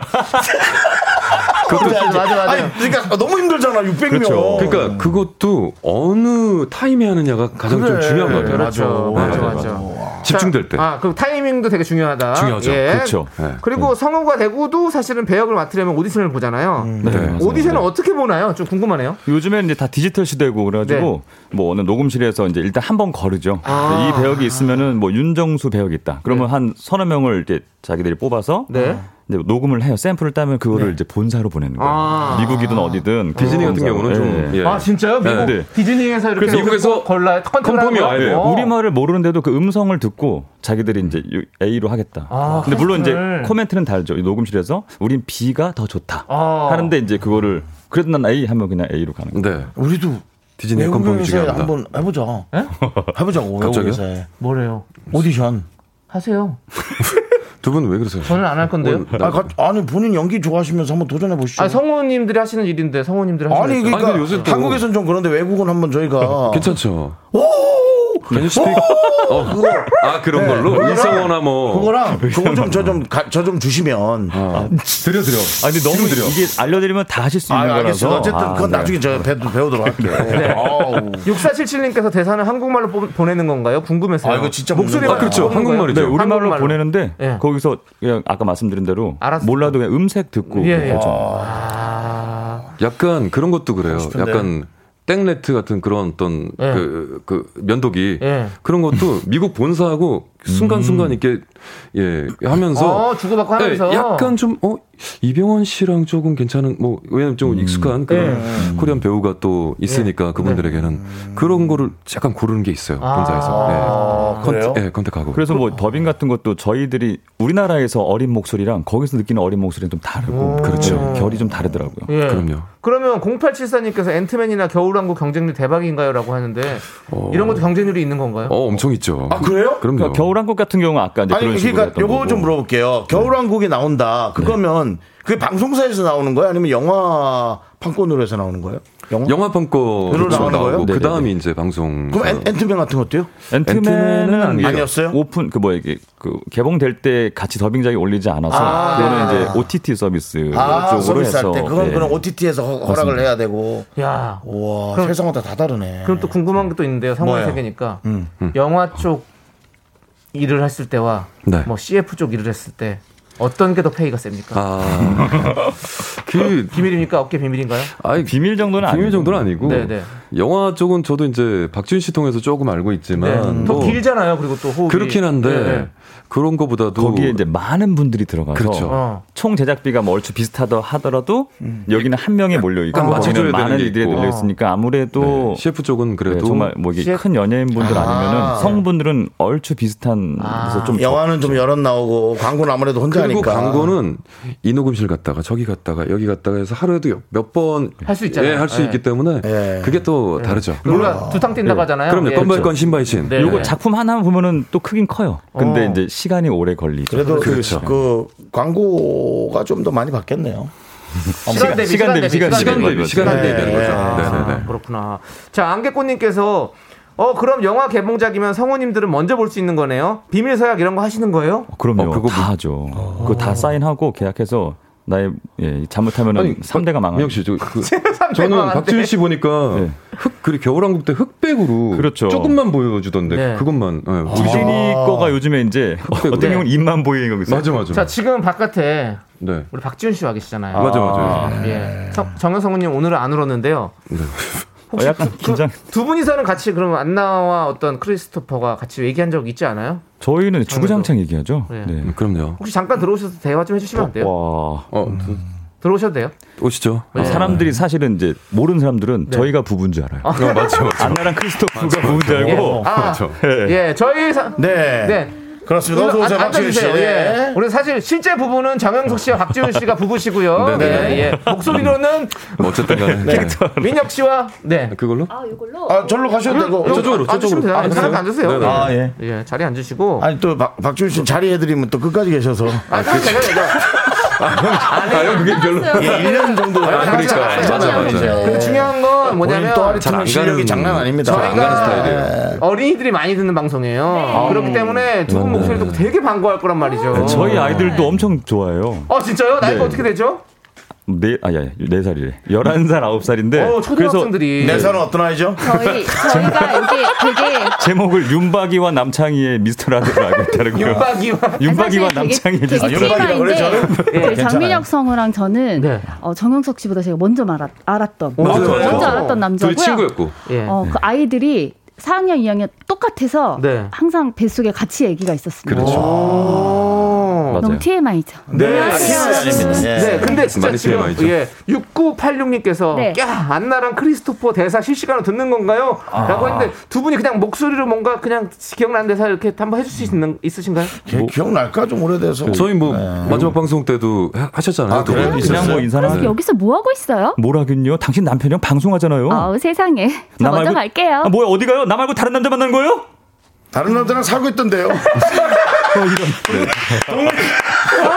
맞아, 맞아, 맞아.
아니 그러니까 너무 힘들잖아 600명.
그렇죠.
네.
음.
그러니까 그것도 어느 타임에 하느냐가 가장 좀 중요한 것 같아요.
그렇죠. 맞아,
네,
맞아.
집중될 때.
아, 그럼 타이밍도 되게 중요하다. 예.
중요하죠.
그렇죠.
네.
그리고 성우가 되고도 사실은 배역을 맡으려면 오디션을 보잖아요.
네. 뭐
오디션은 어떻게 보나요? 좀 궁금하네요.
요즘엔 이제 다 디지털 시대고 그래가지고 뭐 어느 녹음실에서 이제 일단 한 번 거르죠.
네. 아.
이 배역이 있으면은 뭐 윤정수 배역 이 있다. 그러면 한 서너 명을 이제 자기들이 뽑아서
네.
이제 녹음을 해요. 샘플을 따면 그거를 이제 본사로 보내는 거예요.
아.
미국이든 어디든
음.
디즈니 같은
본사로.
경우는 좀
예.
예.
아 진짜요? 미국
네.
디즈니에서 이렇게
그래서 미국에서
꼭 걸라 컨트롤
컨펌이
하는
와야
거야?
돼요. 뭐-
어.
예, 우리 말을 모르는데도 그 음성을 듣고 자기들이 이제 유- A로 하겠다.
아,
근데 물론 이제
컨셉을.
코멘트는 다르죠. 이 녹음실에서 우린 B가 더 좋다.
아.
하는데 이제 그거를 그래도 난 A 하면 그냥 A로 가는 거예요.
네.
우리도
디즈니 컨펌이
외국에서
중요합니다.
네, 한번 해보자. 해보자고
갑자기요?
외국에서 해.
뭐래요?
오디션.
하세요.
두 분 왜 그러세요?
저는 안 할 건데요.
어,
아, 가- 아니 본인 연기 좋아하시면서 한번 도전해 보시죠.
아 성우님들이 하시는 일인데 성우님들이 하시는
아니
일이죠.
그러니까
아니, 근데 요새 또-
한국에선 좀 그런데 외국은 한번 저희가
괜찮죠.
오
Can you speak? 어. 아 그런 걸로 일상어나 뭐
네, 그거랑 그거 좀 저 좀 저 좀 주시면
아, 드려 드려.
아 근데 너무
드려.
이게 알려드리면 다 하실 수
아
있는
알겠어
거라서.
어쨌든
아,
그건
네.
나중에 저 배, 배우도록 할게요 아우.
6477님께서 대사는 한국말로 뽑- 보내는 건가요? 궁금해서요.
아, 이거 진짜
목소리
묻는 거야.
그렇죠. 한국말이죠.
네, 우리말로
한국말로.
보내는데
예.
거기서 그냥 아까 말씀드린 대로
알았어요.
몰라도 그냥 음색 듣고
예, 예. 아,
그렇죠.
약간 그런 것도 그래요.
싶은데. 네.
약간 땡레트 같은 그런 어떤
예.
그, 그 면도기
예.
그런 것도 미국 본사하고
음.
순간순간 이렇게 예
아,
하면서
어 주고받고 하면서
예, 약간 좀 어 이병헌 씨랑 조금 괜찮은 뭐 왜냐면
음.
좀 익숙한 그런
네.
코리안 배우가 또 있으니까 그분들에게는 그런 거를 약간 고르는 게 있어요
아.
본사에서 예.
그래요?
컨택, 예, 컨택하고
그래서 뭐 더빙 같은 것도 저희들이 우리나라에서 어린 목소리랑 거기서 느끼는 어린 목소리는 좀 다르고 그렇죠. 결이 좀 다르더라고요.
예.
그럼요.
그러면 0874님께서 앤트맨이나 겨울왕국 경쟁률 대박인가요라고 하는데 이런 것도 경쟁률이 있는 건가요?
어 엄청 있죠.
아 그래요?
그럼요.
그러니까 겨울왕국 같은 경우 는 아까 이제
아니
네, 그런 식으로
그러니까
했던
요거
거고. 네.
좀 물어볼게요 겨울왕국이 나온다 그거면 그게 방송사에서 나오는 거야 아니면 영화 판권으로 해서 나오는 거예요? 영화?
영화판권으로
그걸로 나오는 거예요?
나오고 그 다음이
네네네.
이제 방송.
그럼 앤, 앤트맨 같은 거 어때요?
앤트맨은 아니에요.
아니었어요?
오픈 그 뭐야 이게 그 개봉될 때 같이 더빙작이 올리지 않아서
아.
그거는 이제 OTT 서비스
아
쪽으로
서비스할
해서
때 그건
예.
그럼 OTT에서 허락을 해야 되고
야.
우와
그럼-
세상마다 다 다르네
그럼 또 궁금한 게 또 있는데요. 상호의
뭐예요? 음.
세계니까
음.
영화 쪽 일을 했을 때와
네.
뭐 CF 쪽 일을 했을 때 어떤 게 더 페이가 셉니까?
아. 그
비밀입니까? 업계 비밀인가요?
아니
비밀 정도는 아니고
비밀 정도는 아니고
네네.
영화 쪽은 저도 이제 박지윤 씨 통해서 조금 알고 있지만 뭐
네. 더
또
길잖아요. 그리고 또 호흡이
그렇긴 한데
예, 예.
그런 거보다도
거기에 이제 많은 분들이 들어가서
그렇죠.
어.
총 제작비가 뭐 얼추 비슷하다 하더라도 여기는 한 명에 몰려 있고
약간 맞춰줘야
여기는
되는
많은
게
이들이
있고.
몰려 있으니까 아무래도
네, CF 쪽은
네,
그래도
정말 뭐 이게
CF?
큰 연예인분들 아니면은 성분들은 얼추 비슷한
아.
데서 좀
영화는 좀 여럿 나오고 광고는 아무래도 혼자
그리고
하니까
광고는 이 녹음실 갔다가 저기 갔다가 여기 갔다가 해서 하루에도 몇 번 할
할수
수
있잖아요. 예.
있기 때문에
예.
그게 또 다르죠.
우리가 두탕 뛴다고 하잖아요.
네. 그럼요.
예.
건발 건 신발 신.
네.
요거 작품 하나 보면은 또 크긴 커요. 근데
어.
이제 시간이 오래 걸리죠.
그래도 그
그렇죠.
광고가 좀 더 많이 받겠네요.
시간 대비 시간 대비 시간
시간
대비.
대비 시간 대비 되는 거죠.
아,
네네네.
그렇구나. 자, 안개꽃님께서 어 그럼 영화 개봉작이면 성우님들은 먼저 볼 수 있는 거네요. 비밀 서약 이런 거 하시는 거예요?
그럼요.
어, 그거
다 하죠. 그거 다 사인하고 계약해서 나의 예, 잘못하면은 삼대가 망하는
민혁 씨, 저, 그,
삼대가
저는
망한대.
박지윤 씨 보니까
네.
흑, 그리 겨울왕국 때 흑백으로
그렇죠.
조금만 보여주던데
네.
그것만. 예, 우리 집-
디즈니 거가 요즘에 이제
흑백으로.
어떻게 보면 입만 보이는 거겠어요.
맞아 맞아.
자, 지금 바깥에
네.
우리 박지훈 씨와 계시잖아요.
맞아 맞아.
예. 성- 정현성우님 오늘은 안 울었는데요.
어, 약간 긴장.
두 분이서는 같이 그럼 안나와 어떤 크리스토퍼가 같이 얘기한 적 있지 않아요?
저희는 주구장창 얘기하죠.
예.
네.
음, 그럼요.
혹시 잠깐 들어오셔서 대화 좀 해주시면 안 돼요?
와.
어
들어오셔도 돼요?
오시죠.
아, 사람들이 사실은 이제 모르는 사람들은 저희가 부부인 줄 알아요.
어, 맞죠.
안나랑 크리스토프가 부부인 줄 알고
아, 예, 저희 사,
네.
네.
그렇습니다. 어서 오세요,
앉-
박지윤 씨.
앉아주세요. 예.
네.
우리 사실 실제 부부는 정영석 씨와 박지훈 씨가 부부시고요.
네네.
네, 예. 목소리로는
뭐 어쨌든 간에. 네.
민혁 씨와 어, 네.
그걸로?
아, 절로 가셔도 되고.
저쪽으로,
앉으시면
저쪽으로.
돼요.
아,
편하게 앉으세요.
네네.
아, 예.
예, 자리 앉으시고.
아니, 또 박, 박지윤 씨 자리해드리면 또 끝까지 계셔서.
아, 제가 제가.
아, 형
네,
그게 별로.
예, 1년 정도.
아, 그러니까. 맞아,
맞아.
근데 중요한 건 뭐냐면
또아리
잘안
트는 실력이
가는-
장난 아닙니다. 네.
잘안 가는 스타일이에요.
어린이들이 많이 듣는 방송이에요. 그렇기 때문에 두 분 목소리 듣고 되게 반가워할 거란 말이죠.
네, 저희 아이들도 엄청 좋아해요.
어 진짜요?
네.
나이가 어떻게 되죠?
네, 아, 야, 네 살이래. 11살, 9살인데.
어 초등학생들이
내 사는 어떤 아이죠?
저희 저희가 여기 되게
제목을 윤박이와 남창희의 미스터 라디오로 알고 있다는 거예요.
윤박이와
윤박이와
사실 되게-
남창희의
되게
미스터 라디오.
연박이라고
TMI
그래,
인데
저는?
그
괜찮아요.
장민혁 성우랑 저는
네.
어, 정영석 씨보다 제가 먼저 말았, 알았던
맞아요.
먼저 알았던
둘이
남자고요.
친구였고.
예.
어, 그 아이들이 4학년, 2학년 똑같아서
네.
항상 뱃속에 같이 얘기가 있었습니다.
그렇죠.
오.
너무 TMI죠.
네, 근데 진짜
많이
지금
TMI 죠.
예, 6986님께서
네.
야 안나랑 크리스토퍼 대사 실시간으로 듣는 건가요?
아.
라고 했는데 두 분이 그냥 목소리로 뭔가 그냥 기억나는 대사 이렇게 한번 해줄 수 있는 있으신가요?
걔
뭐-
기억날까 좀 오래돼서.
저희 뭐
네.
마지막 방송 때도 하- 하셨잖아요. 네.
아,
두
그래요?
분.
그냥 뭐 인사나
그래서 여기서 뭐 하고 있어요?
뭐라긴요? 당신 남편이랑 방송하잖아요.
아우 세상에. 저 먼저 갈게요.
뭐? 아, 뭐야 어디 가요? 나 말고 다른 남자 만난 거예요?
다른 남자랑 살고 있던데요.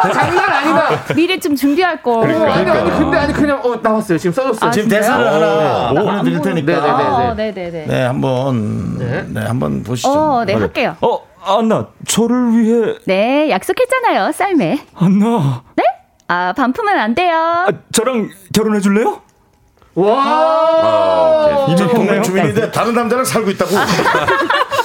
아, 장난 아니다.
미리 좀 준비할 거.
어, 아니 아니 근데 아니 그냥 어 나왔어요 지금 써줬어요.
아,
지금
진짜요?
대사를 하나
오.
보내드릴 테니까.
어, 네네네.
네, 한번 네, 한번 보시죠.
어, 네 할게요.
어 안나 저를 위해
네 약속했잖아요, 쌀매.
안나
네? 아 반품은 안 돼요.
아, 저랑 결혼해 줄래요?
와.
저 동네 주민인데 다른 남자랑 살고 있다고.
뻔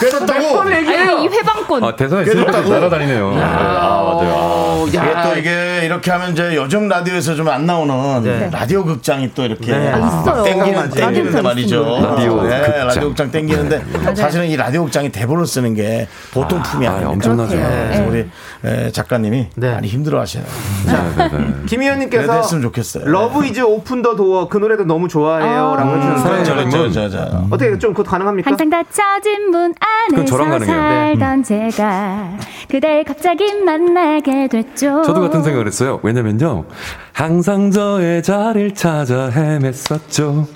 괴롭다고.
아니 이
얘기해요.
회방권.
아, 대사에 진짜
깨졌다고.
날아다니네요. 아,
어,
이게
야.
예, 또 이게 이렇게 하면 이제 요즘 라디오에서 좀 안 나오는 라디오 극장이 또 이렇게
네. 아,
막
있어요.
땡기는
라디오
땡기는
극장
말이죠.
있습니다.
라디오
네,
극장.
라디오 극장 땡기는데 사실은 이 라디오 극장이 대본을 쓰는 게 보통 품이
아,
아니에요.
엄청나죠.
그렇게요.
그래서 우리 에, 작가님이
네.
많이 힘들어하시네요. 그래도
김희연님께서
했으면 네, 좋겠어요.
러브 이즈 오픈 더 도어 그 노래도 너무 좋아해요. 라고 해주셨어요.
네. 저, 저, 저, 저.
어떻게 좀 그거 가능합니까?
항상 닫혀진 문
그건 저랑
안에서
가능해요. 네.
살던 제가 그댈 갑자기 만나게 됐죠.
저도 같은 생각을 했어요. 왜냐면요. 항상 저의 자리를 찾아 헤맸었죠.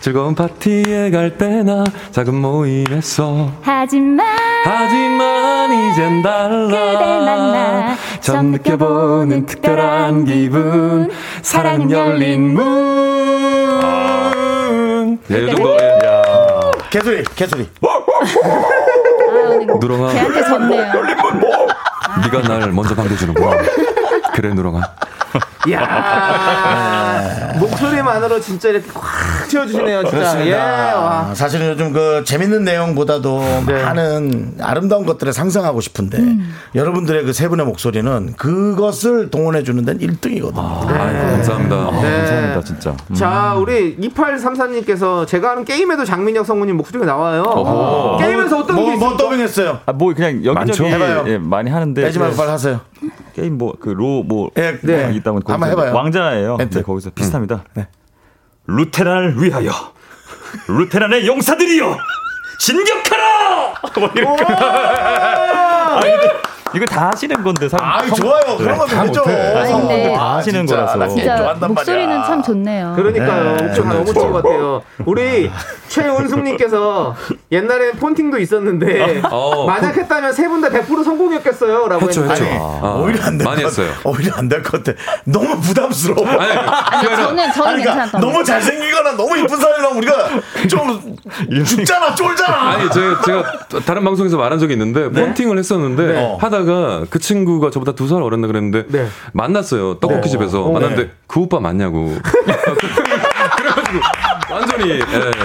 즐거운 파티에 갈 때나 작은 모임에서.
하지만
하지만
그댈
이젠 달라.
만나
처음 느껴보는 특별한 기분. 사랑은 열린 문. 네, 이 정도. 예.
개소리, 개소리.
누렁아,
걔한테 졌네요.
네가 날 먼저 반겨주는 거야. 그래, 누렁아.
야 목소리만으로 진짜 이렇게 확 채워주시네요, 진짜.
네.
예,
그렇습니다.
와.
사실은 요즘 그 재밌는 내용보다도 많은 아름다운 것들에 상상하고 싶은데 여러분들의 그 세 분의 목소리는 그것을 동원해 주는 데는 1등이거든요.
아유, 감사합니다.
네.
감사합니다 진짜. 음.
자, 우리 2834님께서 제가 하는 게임에도 장민혁 성우님 목소리가 나와요. 게임에서 어떤 게
뭐,
있어요?
뭐 더빙했어요?
아, 뭐 그냥
많죠?
여기저기
해봐요.
예, 많이 하는데
빼지 말고
그
빨리 하세요.
게임 뭐 그 로뭐
예, 네.
있다면 거기서
한번 해봐요.
왕자예요.
멘트.
네, 거기서 비슷합니다. 루테란을 위하여 루테란의 용사들이여 진격하라. 뭐 이렇게. 아, 이거- 이거 다 하시는 건데 사람.
음. 아, 좋아요. 그런 거좀 해줘.
아니, 근데
아,
하시는
진짜.
거라서.
나 게임
진짜
좋아한단
목소리는
말이야.
참 좋네요.
그러니까요.
네.
목소리 너무 좋은 것 같아요. 우리 최은숙님께서 옛날엔 폰팅도 있었는데
어,
만약 했다면 세 분 다 100% 성공이었겠어요. 라고
했죠,
아니,
했죠. 아,
오히려 안 될 것
많이
같아.
했어요.
오히려 안 될 것 같아. 너무 부담스러워.
아니,
아니, 저는 저는
아니, 그러니까
괜찮았던
너무
요
잘생기거나 너무 이쁜 사람이랑 우리가 좀 죽잖아, 쫄잖아.
아니 제가, 제가 다른 방송에서 말한 적이 있는데 폰팅을 했었는데 하다가 그 친구가 저보다 두 살 어렸나 그랬는데
네.
만났어요 떡볶이 집에서 만났는데 그 오빠 맞냐고 그래가지고 완전히 예,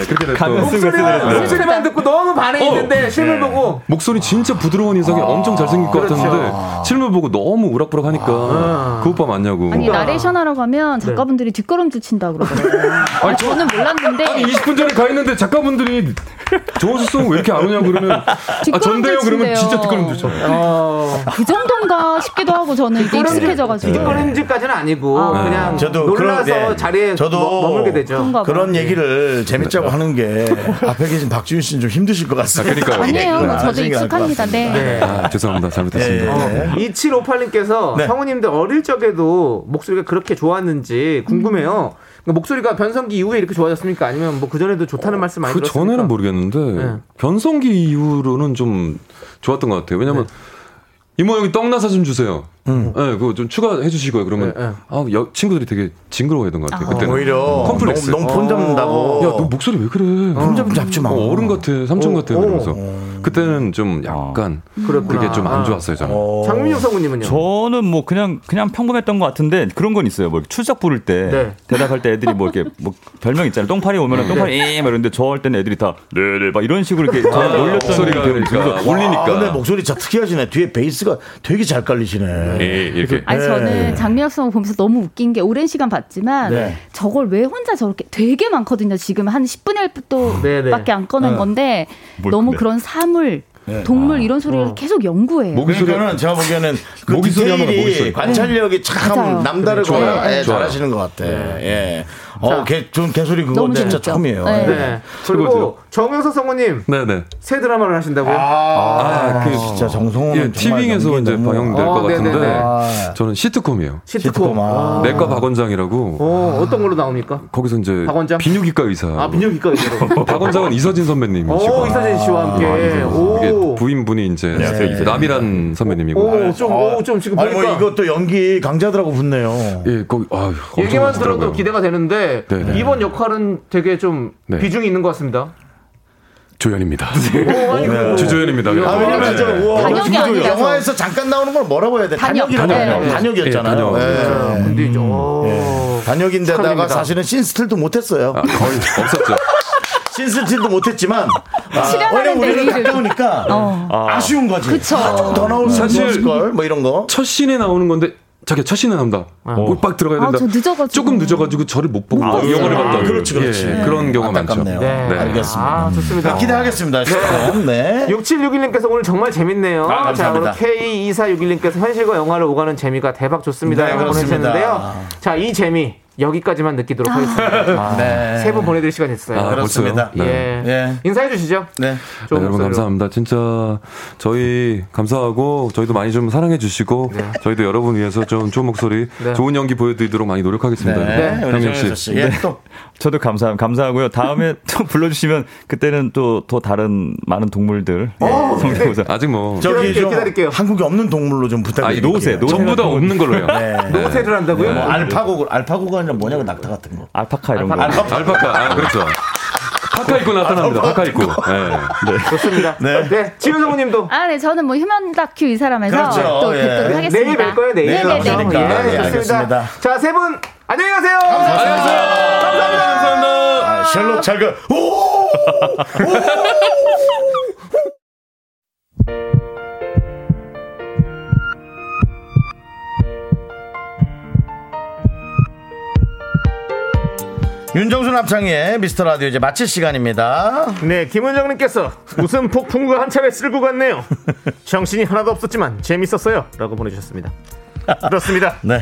그렇게 됐고
목소리만, 목소리만
네.
듣고 너무
어.
반해있는데
네.
실물 보고
목소리 진짜 부드러운 인상에 엄청 잘생길 것 같았는데 실물 보고 너무 우락부락 하니까 그 오빠 맞냐고
아니 나레이션 하러 가면 작가분들이 뒷걸음질 친다고 그러더라고요. 아, 저는 몰랐는데
아니 20분 전에 가 있는데 작가분들이 저수송 왜 이렇게 안 오냐고 그러면 아 전데요 그러면
뒷걸음질
진짜
친대요.
뒷걸음 들죠
어.
그 정도인가 싶기도 하고 저는 이게 익숙해져가지고.
네. 뒷걸음질까지는 아니고
아.
그냥
네. 저도
놀라서
그런- 예.
자리에
저도
머, 물게 되죠.
그런가 봐요.
그런 얘기를 재밌자고 하는 게 앞에 계신 박지윤 씨는 좀 힘드실 것 같습니다.
그러니까요.
아니에요.
예,
저도
나중에 할것
익숙합니다.
같습니다.
네.
네.
아 죄송합니다 잘못했습니다
예, 예.
네.
2758님께서
네.
어, 성우님들 어릴 적에도 목소리가 그렇게 좋았는지 궁금해요. 그러니까 목소리가 변성기 이후에 이렇게 좋아졌습니까? 아니면 뭐 그전에도 좋다는 말씀 많이
그
들었습니까? 네.
전에는 모르겠는데 변성기 이후로는 좀 좋았던 것 같아요. 왜냐면
네.
이모 형이 떡나사 좀 주세요. 예, 그거 좀 추가해 주시고요. 그러면
네, 네.
아, 여, 친구들이 되게 징그러워했던 것 같아요. 그때는.
네. 오히려
컴플렉스. 어.
너무, 너무 폰 잡는다고. 어.
야, 너 목소리 왜 그래?
좀 잡지 마.
어, 른 같아, 삼촌 같아, 그러면서. 그때는 좀 약간,
그랬구나.
그게 좀
아.
안 좋았어요, 저는.
장민혁 성우님은요?
저는 뭐 그냥 그냥 평범했던 것 같은데 그런 건 있어요. 뭐 출석 부를 때
네.
대답할 때 애들이 뭐 이렇게 뭐 별명 있잖아요. 똥파리 오면은 똥파리 예, 이 이러는데 저 할 때는 애들이 다 네네 막 이런 식으로 이렇게 저 놀렸던
목소리가
기억이
그러니까.
들어서
아, 근데 목소리 진짜 특이하시네. 뒤에 베이스가 되게 잘 깔리시네.
예, 이렇게.
아니 저는 장민혁 성우 보면서 너무 웃긴 게 오랜 시간 봤지만
네.
저걸 왜 혼자 저렇게 되게 많거든요. 지금 한 10분의
네, 네.
1밖에 안 꺼낸 건데
뭘
너무
근데.
그런 사물
어. 네.
동물 이런 소리를 계속 연구해요.
모기 그러니까는 제가 보기에는 그
모기 소리 한번
디테일이
모기 소리.
관찰력이 참
맞아요.
남다르고
좋아요.
예,
좋아요. 네.
잘하시는 것 같아. 예. 어, 개, 좀 개소리 그거
너무
진짜
재밌죠?
처음이에요.
네.
예.
네.
설거지요.
그리고 정영서 성우님
네네.
새 드라마를 하신다고요?
아,
그
진짜 정성호는 정말
예, 티빙에서
연기
이제
너무-
방영될 것
어, 네네네.
같은데
아.
저는 시트콤이에요.
시트콤. 네.
아.
내과 박원장이라고
어, 어떤 걸로 나옵니까?
거기서 이제
박원장?
비뇨기과 의사.
아, 민혁이가 이대로.
어, 박원장은 이서진 선배님이시고. 아,
오, 이사진 씨와 함께.
이게
오.
부인분이 이제
네.
남이란 선배님이고.
오, 좀, 오, 좀 지금
아니, 뭐
보니까
이것도 연기 강자들하고
어,
붙네요.
예, 거기 아유,
얘기만
엄청
들어도
많더라고요.
기대가 되는데
네네.
이번 역할은 되게 좀
네.
비중이 있는 것 같습니다.
조연입니다.
네.
오,
주조연입니다.
아,
네.
왜냐면 저 우와,
단역이
지금 저
아니라서.
영화에서 잠깐 나오는 걸 뭐라고 해야 돼?
단역.
단역이라고.
단역.
단역이었잖아요.
예, 네, 단역.
예.
근데 이제 오.
네. 단역인데다가
축하드립니다.
사실은 신스틸도 못했어요.
아, 거의 없었죠.
신스틸도 못했지만 아,
실현하는
원래 우리는
데이를. 어.
가까우니까 아쉬운 거지.
그쵸.
좀더 나올 수 아,
사실-
있을 걸뭐 이런 거.
첫 신에 나오는 건데 자기 첫 신에 나온다. 꼴빡 들어가야
아,
된다.
저 늦어가지고.
조금 늦어가지고 저를 못 보고
봤어요.
영화를
아,
봤다. 예,
그렇지, 그렇지.
그런 경우가 많죠.
안타깝네요.
네.
알겠습니다.
아, 좋습니다.
자, 기대하겠습니다. 시작은. 네.
6761님께서 오늘 정말 재밌네요.
아, 감사합니다.
자, 그럼 K2461님께서 현실과 영화를 오가는 재미가 대박 좋습니다.
네,
라고
그렇습니다.
보내셨는데요. 자, 이 재미 여기까지만 느끼도록 하겠습니다.
네.
세 분 보내드릴 시간이 있어요.
아,
그렇습니다.
벌써요? 네.
예.
예.
인사해 주시죠.
네.
좋은
네, 여러분
목소리로.
감사합니다. 진짜 저희 감사하고 저희도 많이 좀 사랑해 주시고 저희도 여러분 위해서 좀 좋은 목소리,
네.
좋은 연기 보여드리도록 많이 노력하겠습니다.
네. 우리
형님
정혜수
씨.
씨. 예, 또.
저도 감사 감사하고요. 다음에 또 불러주시면 그때는 또 더 다른 많은 동물들
어?
예, 성대모사
아직 뭐
저기
기다릴게요,
좀
기다릴게요.
한국에 없는 동물로 좀
아니,
부탁드립니다.
노세 노세
전부 다 없는 걸로요.
네.
인사를 한다고요?
뭐 알파고고 알파고가 아니라 뭐냐 그 낙타 같은 거.
알파카 이런 거.
알파고.
알파카, 아, 그렇죠. 파카 입고 나타납니다. 파카 입고. 예.
좋습니다.
네.
네. 지윤성우 님도
아, 네, 저는 뭐 휴먼 다큐 이 사람에서
그렇죠.
또
예.
뵙도록
네,
하겠습니다.
내일 뵐 거예요, 내일.
내일
네네네.
나오시니까.
예,
네,
좋습니다.
알겠습니다.
자, 세 분 안녕히 가세요. 감사합니다.
아, 셜록 잘가. 오! 윤정수 남창희의 미스터 라디오 이제 마칠 시간입니다.
네, 김은정님께서 웃음 폭풍과 한참에 쓸고 갔네요. 정신이 하나도 없었지만 재밌었어요. 라고 보내주셨습니다. 그렇습니다.
네.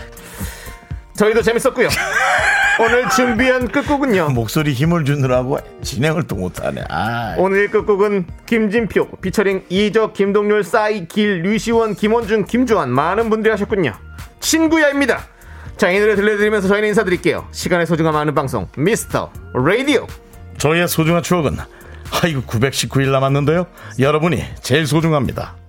저희도 재밌었고요. 오늘 준비한 끝곡은요.
목소리 힘을 주느라고 진행을 또 못하네. 아,
오늘 끝곡은 김진표, 피처링 이적, 김동률, 싸이, 길, 류시원, 김원준, 김주환 많은 분들이 하셨군요. 친구야입니다. 자, 이 노래 들려드리면서 저희는 인사드릴게요. 시간의 소중함 아는 방송 미스터 라디오.
저희의 소중한 추억은 아 이거 919일 남았는데요. 여러분이 제일 소중합니다.